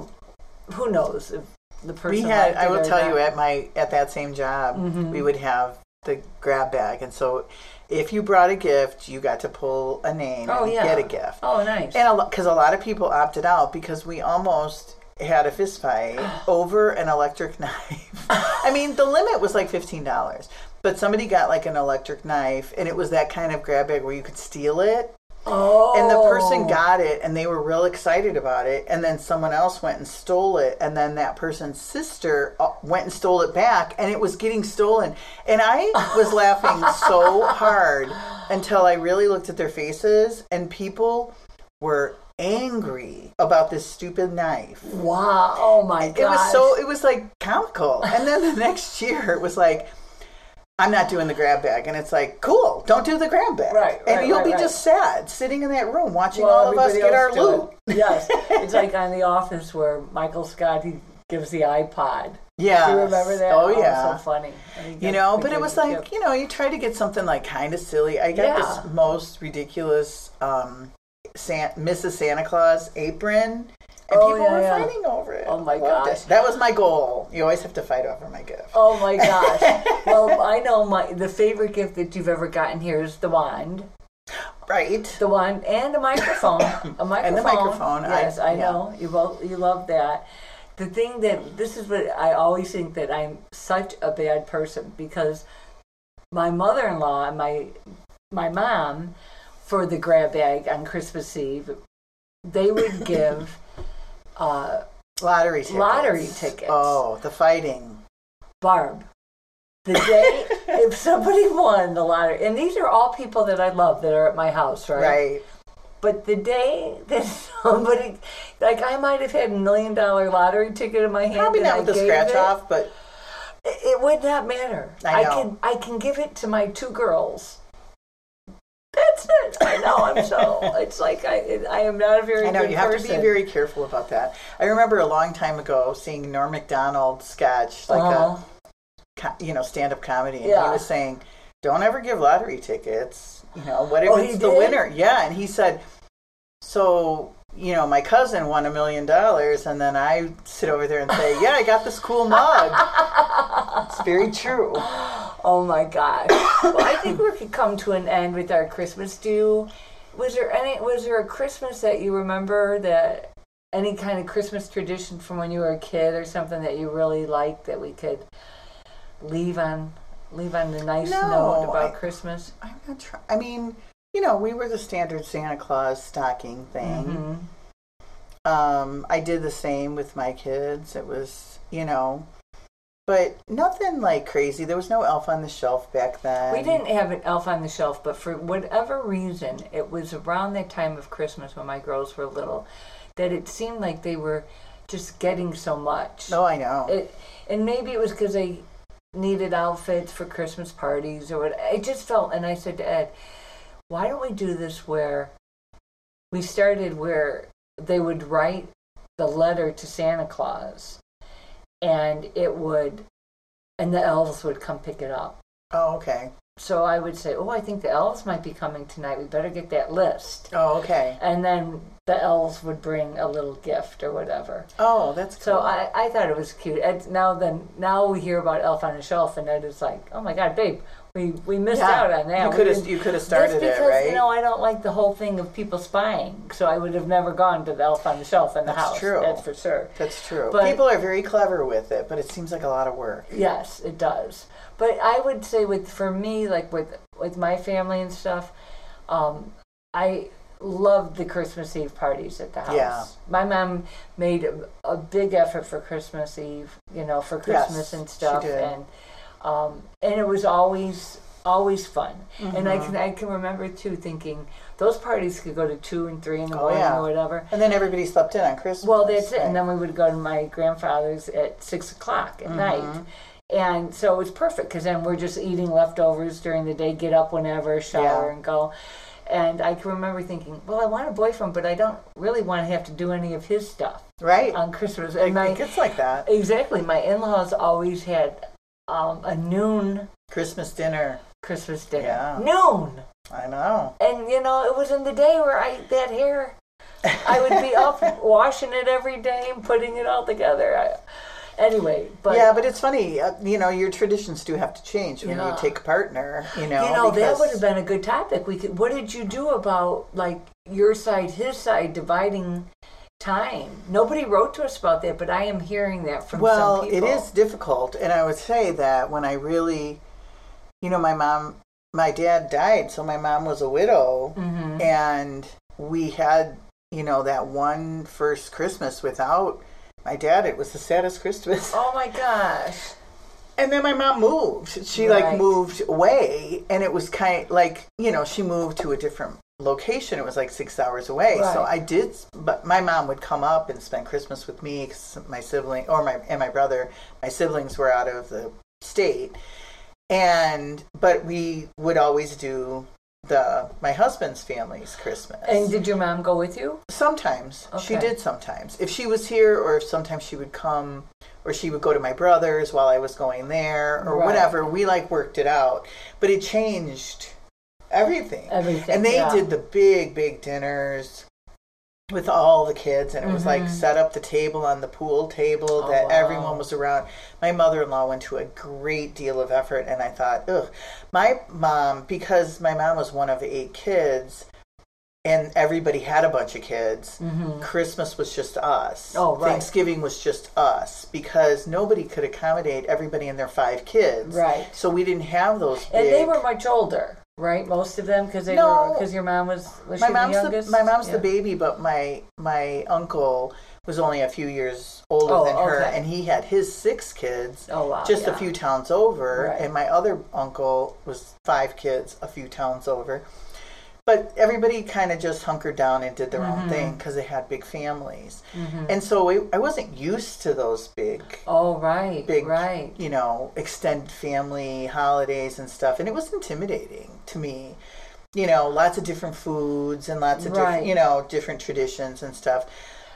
[SPEAKER 2] who knows if the
[SPEAKER 1] we
[SPEAKER 2] person.
[SPEAKER 1] had
[SPEAKER 2] liked
[SPEAKER 1] i
[SPEAKER 2] it
[SPEAKER 1] will
[SPEAKER 2] or
[SPEAKER 1] tell
[SPEAKER 2] not.
[SPEAKER 1] you at my at that same job
[SPEAKER 2] Mm-hmm.
[SPEAKER 1] we would have the grab bag and so if you brought a gift you got to pull a name
[SPEAKER 2] Oh
[SPEAKER 1] and
[SPEAKER 2] yeah.
[SPEAKER 1] get a gift
[SPEAKER 2] Oh nice.
[SPEAKER 1] And because a, lot of people opted out because we almost had a fist fight over an electric knife. I mean, the limit was like fifteen dollars, but somebody got like an electric knife, and it was that kind of grab bag where you could steal it.
[SPEAKER 2] oh.
[SPEAKER 1] And the person got it, and they were real excited about it. And then someone else went and stole it, and then that person's sister uh, went and stole it back, and it was getting stolen. And I was laughing so hard until I really looked at their faces, and people were angry about this stupid knife.
[SPEAKER 2] Wow! Oh my god!
[SPEAKER 1] It was so it was like comical. And then the next year it was like I'm not doing the grab bag and it's like, cool, don't do the grab bag.
[SPEAKER 2] Right,
[SPEAKER 1] and
[SPEAKER 2] right,
[SPEAKER 1] you'll
[SPEAKER 2] right,
[SPEAKER 1] be
[SPEAKER 2] right.
[SPEAKER 1] just sad sitting in that room watching all of us get our loot.
[SPEAKER 2] Yes, it's like on The Office where Michael Scott he gives the iPod.
[SPEAKER 1] Yeah.
[SPEAKER 2] Do you remember that?
[SPEAKER 1] Oh
[SPEAKER 2] it's
[SPEAKER 1] yeah.
[SPEAKER 2] so funny. And he
[SPEAKER 1] you
[SPEAKER 2] gets
[SPEAKER 1] know,
[SPEAKER 2] the
[SPEAKER 1] but it
[SPEAKER 2] gift-
[SPEAKER 1] was
[SPEAKER 2] gift.
[SPEAKER 1] like, you know, you try to get something like kind of silly. I got
[SPEAKER 2] Yeah.
[SPEAKER 1] this most ridiculous um San- Mrs. Santa Claus apron. And
[SPEAKER 2] Oh,
[SPEAKER 1] people
[SPEAKER 2] yeah,
[SPEAKER 1] were
[SPEAKER 2] yeah.
[SPEAKER 1] fighting over it.
[SPEAKER 2] Oh, my
[SPEAKER 1] Loved it.
[SPEAKER 2] gosh.
[SPEAKER 1] That was my goal. You always have to fight over my gift.
[SPEAKER 2] Oh my gosh! well, I know my the favorite gift that you've ever gotten here is the wand,
[SPEAKER 1] Right.
[SPEAKER 2] the wand and a microphone, a microphone.
[SPEAKER 1] the microphone, I-
[SPEAKER 2] Yes, I,
[SPEAKER 1] yeah.
[SPEAKER 2] know you both you love that. The thing that this is what I always think that I'm such a bad person because my mother-in-law and my my mom for the grab bag on Christmas Eve, they would give uh,
[SPEAKER 1] Lottery tickets.
[SPEAKER 2] Lottery tickets.
[SPEAKER 1] Oh, the fighting.
[SPEAKER 2] Barb the day if somebody won the lottery, and these are all people that I love that are at my house,
[SPEAKER 1] Right.
[SPEAKER 2] But the day that somebody, like I might have had a million dollar lottery ticket in my hand,
[SPEAKER 1] Probably
[SPEAKER 2] and
[SPEAKER 1] not
[SPEAKER 2] I
[SPEAKER 1] with the
[SPEAKER 2] gave
[SPEAKER 1] scratch
[SPEAKER 2] it,
[SPEAKER 1] off, but
[SPEAKER 2] It it would not matter.
[SPEAKER 1] I know.
[SPEAKER 2] can I can give it to my two girls. That's it. I know. I'm so. It's like I it, I am not a very.
[SPEAKER 1] I know
[SPEAKER 2] good
[SPEAKER 1] you have to
[SPEAKER 2] person.
[SPEAKER 1] be very careful about that. I remember a long time ago seeing Norm Macdonald sketch, like
[SPEAKER 2] Uh-huh.
[SPEAKER 1] a co- you know stand up comedy, and
[SPEAKER 2] Yeah.
[SPEAKER 1] he was saying, "Don't ever give lottery tickets. You know, what if
[SPEAKER 2] Oh, he
[SPEAKER 1] it's the
[SPEAKER 2] did?
[SPEAKER 1] winner?" Yeah, and he said, "So." You know, my cousin won a million dollars, and then I sit over there and say, "Yeah, I got this cool mug." it's very true.
[SPEAKER 2] Oh my gosh. well, I think we could come to an end with our Christmas. Do you, was there any was there a Christmas that you remember that any kind of Christmas tradition from when you were a kid or something that you really liked that we could leave on leave on the nice
[SPEAKER 1] No,
[SPEAKER 2] note about
[SPEAKER 1] I-
[SPEAKER 2] Christmas?
[SPEAKER 1] I'm not trying. I mean, you know, we were the standard Santa Claus stocking thing.
[SPEAKER 2] hmm
[SPEAKER 1] Um, I did the same with my kids. It was, you know, but nothing like crazy. There was no Elf on the Shelf back then.
[SPEAKER 2] We didn't have an elf on the shelf, but for whatever reason, it was around that time of Christmas when my girls were little that it seemed like they were just getting so much.
[SPEAKER 1] No, Oh, I know.
[SPEAKER 2] It, and maybe it was because I needed outfits for Christmas parties or what. I just felt, and I said to Ed, why don't we do this where we started where they would write the letter to Santa Claus and it would, and the elves would come pick it up.
[SPEAKER 1] oh, okay.
[SPEAKER 2] So I would say, oh, I think the elves might be coming tonight. We better get that list.
[SPEAKER 1] Oh, okay.
[SPEAKER 2] And then the elves would bring a little gift or whatever.
[SPEAKER 1] Oh, that's cool.
[SPEAKER 2] So I, I thought it was cute. And now then now we hear about Elf on a Shelf and Ed is like, Oh my god, babe, we, we missed
[SPEAKER 1] Yeah.
[SPEAKER 2] out on that.
[SPEAKER 1] You
[SPEAKER 2] We
[SPEAKER 1] coulda-
[SPEAKER 2] didn't-
[SPEAKER 1] you coulda started it,
[SPEAKER 2] Just because,
[SPEAKER 1] right?
[SPEAKER 2] You know, I don't like the whole thing of people spying. So I would have never gone to the Elf on the Shelf in the
[SPEAKER 1] That's
[SPEAKER 2] house.
[SPEAKER 1] true.
[SPEAKER 2] That's for sure.
[SPEAKER 1] That's true.
[SPEAKER 2] But-
[SPEAKER 1] People are very clever with it, but it seems like a lot of work.
[SPEAKER 2] Yes, it does. But I would say with for me, like with with my family and stuff, um, I loved the Christmas Eve parties at the house.
[SPEAKER 1] Yeah.
[SPEAKER 2] My mom made a, a big effort for Christmas Eve, you know, for
[SPEAKER 1] Yes,
[SPEAKER 2] Christmas and
[SPEAKER 1] she
[SPEAKER 2] stuff,
[SPEAKER 1] did.
[SPEAKER 2] and um, and it was always always fun. And
[SPEAKER 1] Mm-hmm.
[SPEAKER 2] I can I can remember too thinking those parties could go to two and three in the
[SPEAKER 1] Oh,
[SPEAKER 2] morning
[SPEAKER 1] yeah.
[SPEAKER 2] or whatever.
[SPEAKER 1] And then everybody slept in on Christmas.
[SPEAKER 2] Well, that's it. And
[SPEAKER 1] right?
[SPEAKER 2] then we would go to my grandfather's at six o'clock at
[SPEAKER 1] Mm-hmm.
[SPEAKER 2] night. And so it was perfect because then we're just eating leftovers during the day, get up whenever, shower,
[SPEAKER 1] Yeah.
[SPEAKER 2] and go. And I can remember thinking, well, I want a boyfriend, but I don't really want to have to do any of his stuff
[SPEAKER 1] Right?
[SPEAKER 2] on Christmas.
[SPEAKER 1] It,
[SPEAKER 2] And
[SPEAKER 1] it
[SPEAKER 2] my,
[SPEAKER 1] gets like that.
[SPEAKER 2] exactly, my in laws always had um, a noon
[SPEAKER 1] Christmas dinner.
[SPEAKER 2] Christmas dinner.
[SPEAKER 1] Yeah.
[SPEAKER 2] Noon!
[SPEAKER 1] I know.
[SPEAKER 2] And you know, it was in the day where I that hair, I would be up washing it every day and putting it all together. I, anyway, but
[SPEAKER 1] yeah, but it's funny. Uh, you know, your traditions do have to change when
[SPEAKER 2] Yeah.
[SPEAKER 1] you take a partner. You know,
[SPEAKER 2] you know that
[SPEAKER 1] because-
[SPEAKER 2] would have been a good topic. We could. What did you do about like your side, his side, dividing time? Nobody wrote to us about that, but I am hearing that from
[SPEAKER 1] Well,
[SPEAKER 2] some
[SPEAKER 1] it
[SPEAKER 2] people.
[SPEAKER 1] is difficult, and I would say that when I really, you know, my mom, my dad died, so my mom was a widow,
[SPEAKER 2] Mm-hmm.
[SPEAKER 1] and we had, you know, that one first Christmas without my dad. It was the saddest Christmas.
[SPEAKER 2] Oh my gosh.
[SPEAKER 1] And then my mom moved. She
[SPEAKER 2] Right.
[SPEAKER 1] like moved away, and it was kind like you know she moved to a different location. It was like six hours away. So
[SPEAKER 2] Right.
[SPEAKER 1] I did, but my mom would come up and spend Christmas with me 'cause my sibling or my and my brother. My siblings were out of the state, and but we would always do the my husband's family's Christmas.
[SPEAKER 2] And did your mom go with you?
[SPEAKER 1] Sometimes she
[SPEAKER 2] Okay.
[SPEAKER 1] did. Sometimes if she was here, or if sometimes she would come, or she would go to my brother's while I was going there, or
[SPEAKER 2] Right.
[SPEAKER 1] whatever. We like worked it out, but it changed everything.
[SPEAKER 2] Everything,
[SPEAKER 1] and they
[SPEAKER 2] yeah.
[SPEAKER 1] did the big, big dinners with all the kids, and it was
[SPEAKER 2] Mm-hmm.
[SPEAKER 1] like set up the table on the pool table
[SPEAKER 2] Oh,
[SPEAKER 1] that everyone was around. My mother in law went to a great deal of effort, and I thought, ugh, my mom because my mom was one of eight kids and everybody had a bunch of kids. Christmas was just us.
[SPEAKER 2] Mm-hmm. Oh, right.
[SPEAKER 1] Thanksgiving was just us because nobody could accommodate everybody and their five kids.
[SPEAKER 2] Right.
[SPEAKER 1] So we didn't have those.
[SPEAKER 2] And they
[SPEAKER 1] big-
[SPEAKER 2] were much older, right? Most of them, because they
[SPEAKER 1] No.
[SPEAKER 2] were because your mom was was
[SPEAKER 1] my
[SPEAKER 2] she
[SPEAKER 1] mom's
[SPEAKER 2] the youngest?
[SPEAKER 1] my mom's
[SPEAKER 2] Yeah.
[SPEAKER 1] the baby, but my my uncle was only a few years older
[SPEAKER 2] Oh,
[SPEAKER 1] than her,
[SPEAKER 2] okay.
[SPEAKER 1] and he had his six kids.
[SPEAKER 2] Oh, wow,
[SPEAKER 1] Just
[SPEAKER 2] yeah.
[SPEAKER 1] a few towns over,
[SPEAKER 2] Right.
[SPEAKER 1] and my other uncle was five kids, a few towns over. But everybody kind of just hunkered down and did their
[SPEAKER 2] Mm-hmm.
[SPEAKER 1] own thing because they had big families, and so it, I wasn't used to those big
[SPEAKER 2] Oh right,
[SPEAKER 1] big,
[SPEAKER 2] right.
[SPEAKER 1] you know, extended family holidays and stuff. And it was intimidating to me. You know, lots of different foods and lots of
[SPEAKER 2] Right.
[SPEAKER 1] different, you know, different traditions and stuff.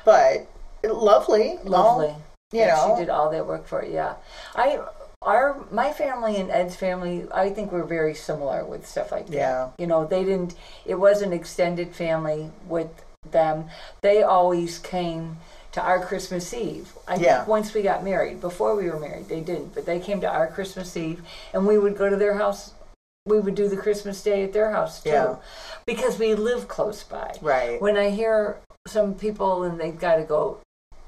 [SPEAKER 1] But lovely, all-
[SPEAKER 2] Lovely.
[SPEAKER 1] you
[SPEAKER 2] Yeah,
[SPEAKER 1] know.
[SPEAKER 2] she did all that work for it. Yeah, I our my family and Ed's family. I think we're very similar with stuff like that.
[SPEAKER 1] Yeah.
[SPEAKER 2] you know, they didn't. It was an extended family with them. They always came to our Christmas Eve. I
[SPEAKER 1] Yeah.
[SPEAKER 2] think once we got married. Before we were married, they didn't, but they came to our Christmas Eve, and we would go to their house. We would do the Christmas Day at their house too,
[SPEAKER 1] Yeah.
[SPEAKER 2] because we live close by
[SPEAKER 1] right.
[SPEAKER 2] when I hear some people and they've got to go,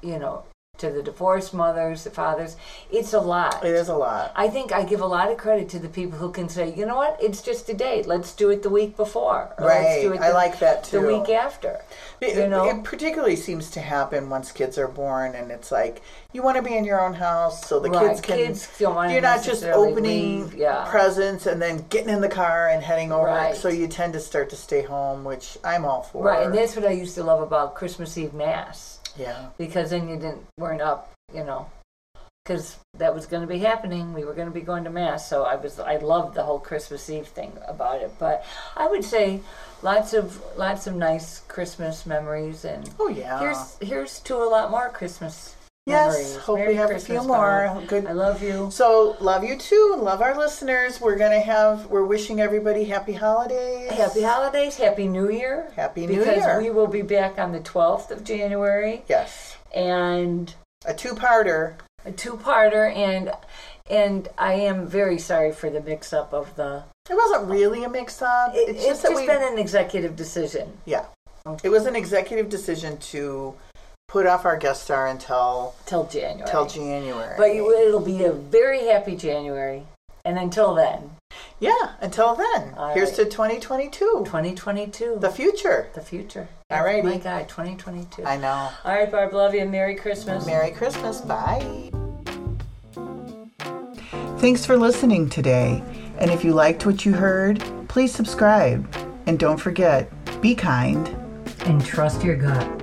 [SPEAKER 2] you know, to the divorced mothers, the fathers, it's a lot.
[SPEAKER 1] It is a lot.
[SPEAKER 2] I think I give a lot of credit to the people who can say, you know what, it's just a day. Let's do it the week before. Or Let's
[SPEAKER 1] Right.
[SPEAKER 2] do it the,
[SPEAKER 1] I like that too.
[SPEAKER 2] the week after.
[SPEAKER 1] It,
[SPEAKER 2] you
[SPEAKER 1] it-
[SPEAKER 2] know?
[SPEAKER 1] it particularly seems to happen once kids are born, and it's like you want to be in your own house, so the
[SPEAKER 2] Right.
[SPEAKER 1] kids can.
[SPEAKER 2] Kids don't wanna
[SPEAKER 1] you're not just
[SPEAKER 2] necessarily
[SPEAKER 1] opening
[SPEAKER 2] leave, yeah.
[SPEAKER 1] presents and then getting in the car and heading over.
[SPEAKER 2] Right.
[SPEAKER 1] So you tend to start to stay home, which I'm all for.
[SPEAKER 2] Right. And that's what I used to love about Christmas Eve Mass.
[SPEAKER 1] Yeah.
[SPEAKER 2] because then you didn't weren't up, you know, because that was going to be happening. We were going to be going to mass, so I was I loved the whole Christmas Eve thing about it. But I would say lots of lots of nice Christmas memories, and
[SPEAKER 1] Oh yeah.
[SPEAKER 2] here's here's to a lot more Christmas.
[SPEAKER 1] yes.
[SPEAKER 2] memories.
[SPEAKER 1] Hope
[SPEAKER 2] Merry
[SPEAKER 1] we have
[SPEAKER 2] Christmas,
[SPEAKER 1] a few more.
[SPEAKER 2] Donna.
[SPEAKER 1] Good
[SPEAKER 2] I love you.
[SPEAKER 1] So love you too, and love our listeners. We're gonna have. We're wishing everybody happy holidays.
[SPEAKER 2] Happy holidays. Happy New Year.
[SPEAKER 1] Happy New
[SPEAKER 2] because
[SPEAKER 1] Year.
[SPEAKER 2] we will be back on the 12th of January
[SPEAKER 1] yes,
[SPEAKER 2] and
[SPEAKER 1] a two-parter.
[SPEAKER 2] a two-parter and and I am very sorry for the mix-up of the
[SPEAKER 1] It wasn't really a mix-up.
[SPEAKER 2] It-
[SPEAKER 1] it's just that we.
[SPEAKER 2] been an executive decision.
[SPEAKER 1] yeah, it was an executive decision to put off our guest star until
[SPEAKER 2] till January.
[SPEAKER 1] till January.
[SPEAKER 2] But you, it'll be a very happy January. And until then,
[SPEAKER 1] yeah, until then.
[SPEAKER 2] All
[SPEAKER 1] Here's to
[SPEAKER 2] right.
[SPEAKER 1] 2022,
[SPEAKER 2] 2022,
[SPEAKER 1] the future.
[SPEAKER 2] the future.
[SPEAKER 1] All righty.
[SPEAKER 2] My God, 2022.
[SPEAKER 1] I know.
[SPEAKER 2] All right, Barb, love you. Merry Christmas.
[SPEAKER 1] Merry Christmas. Bye. Thanks for listening today. And if you liked what you heard, please subscribe. And don't forget, be kind.
[SPEAKER 2] And trust your gut.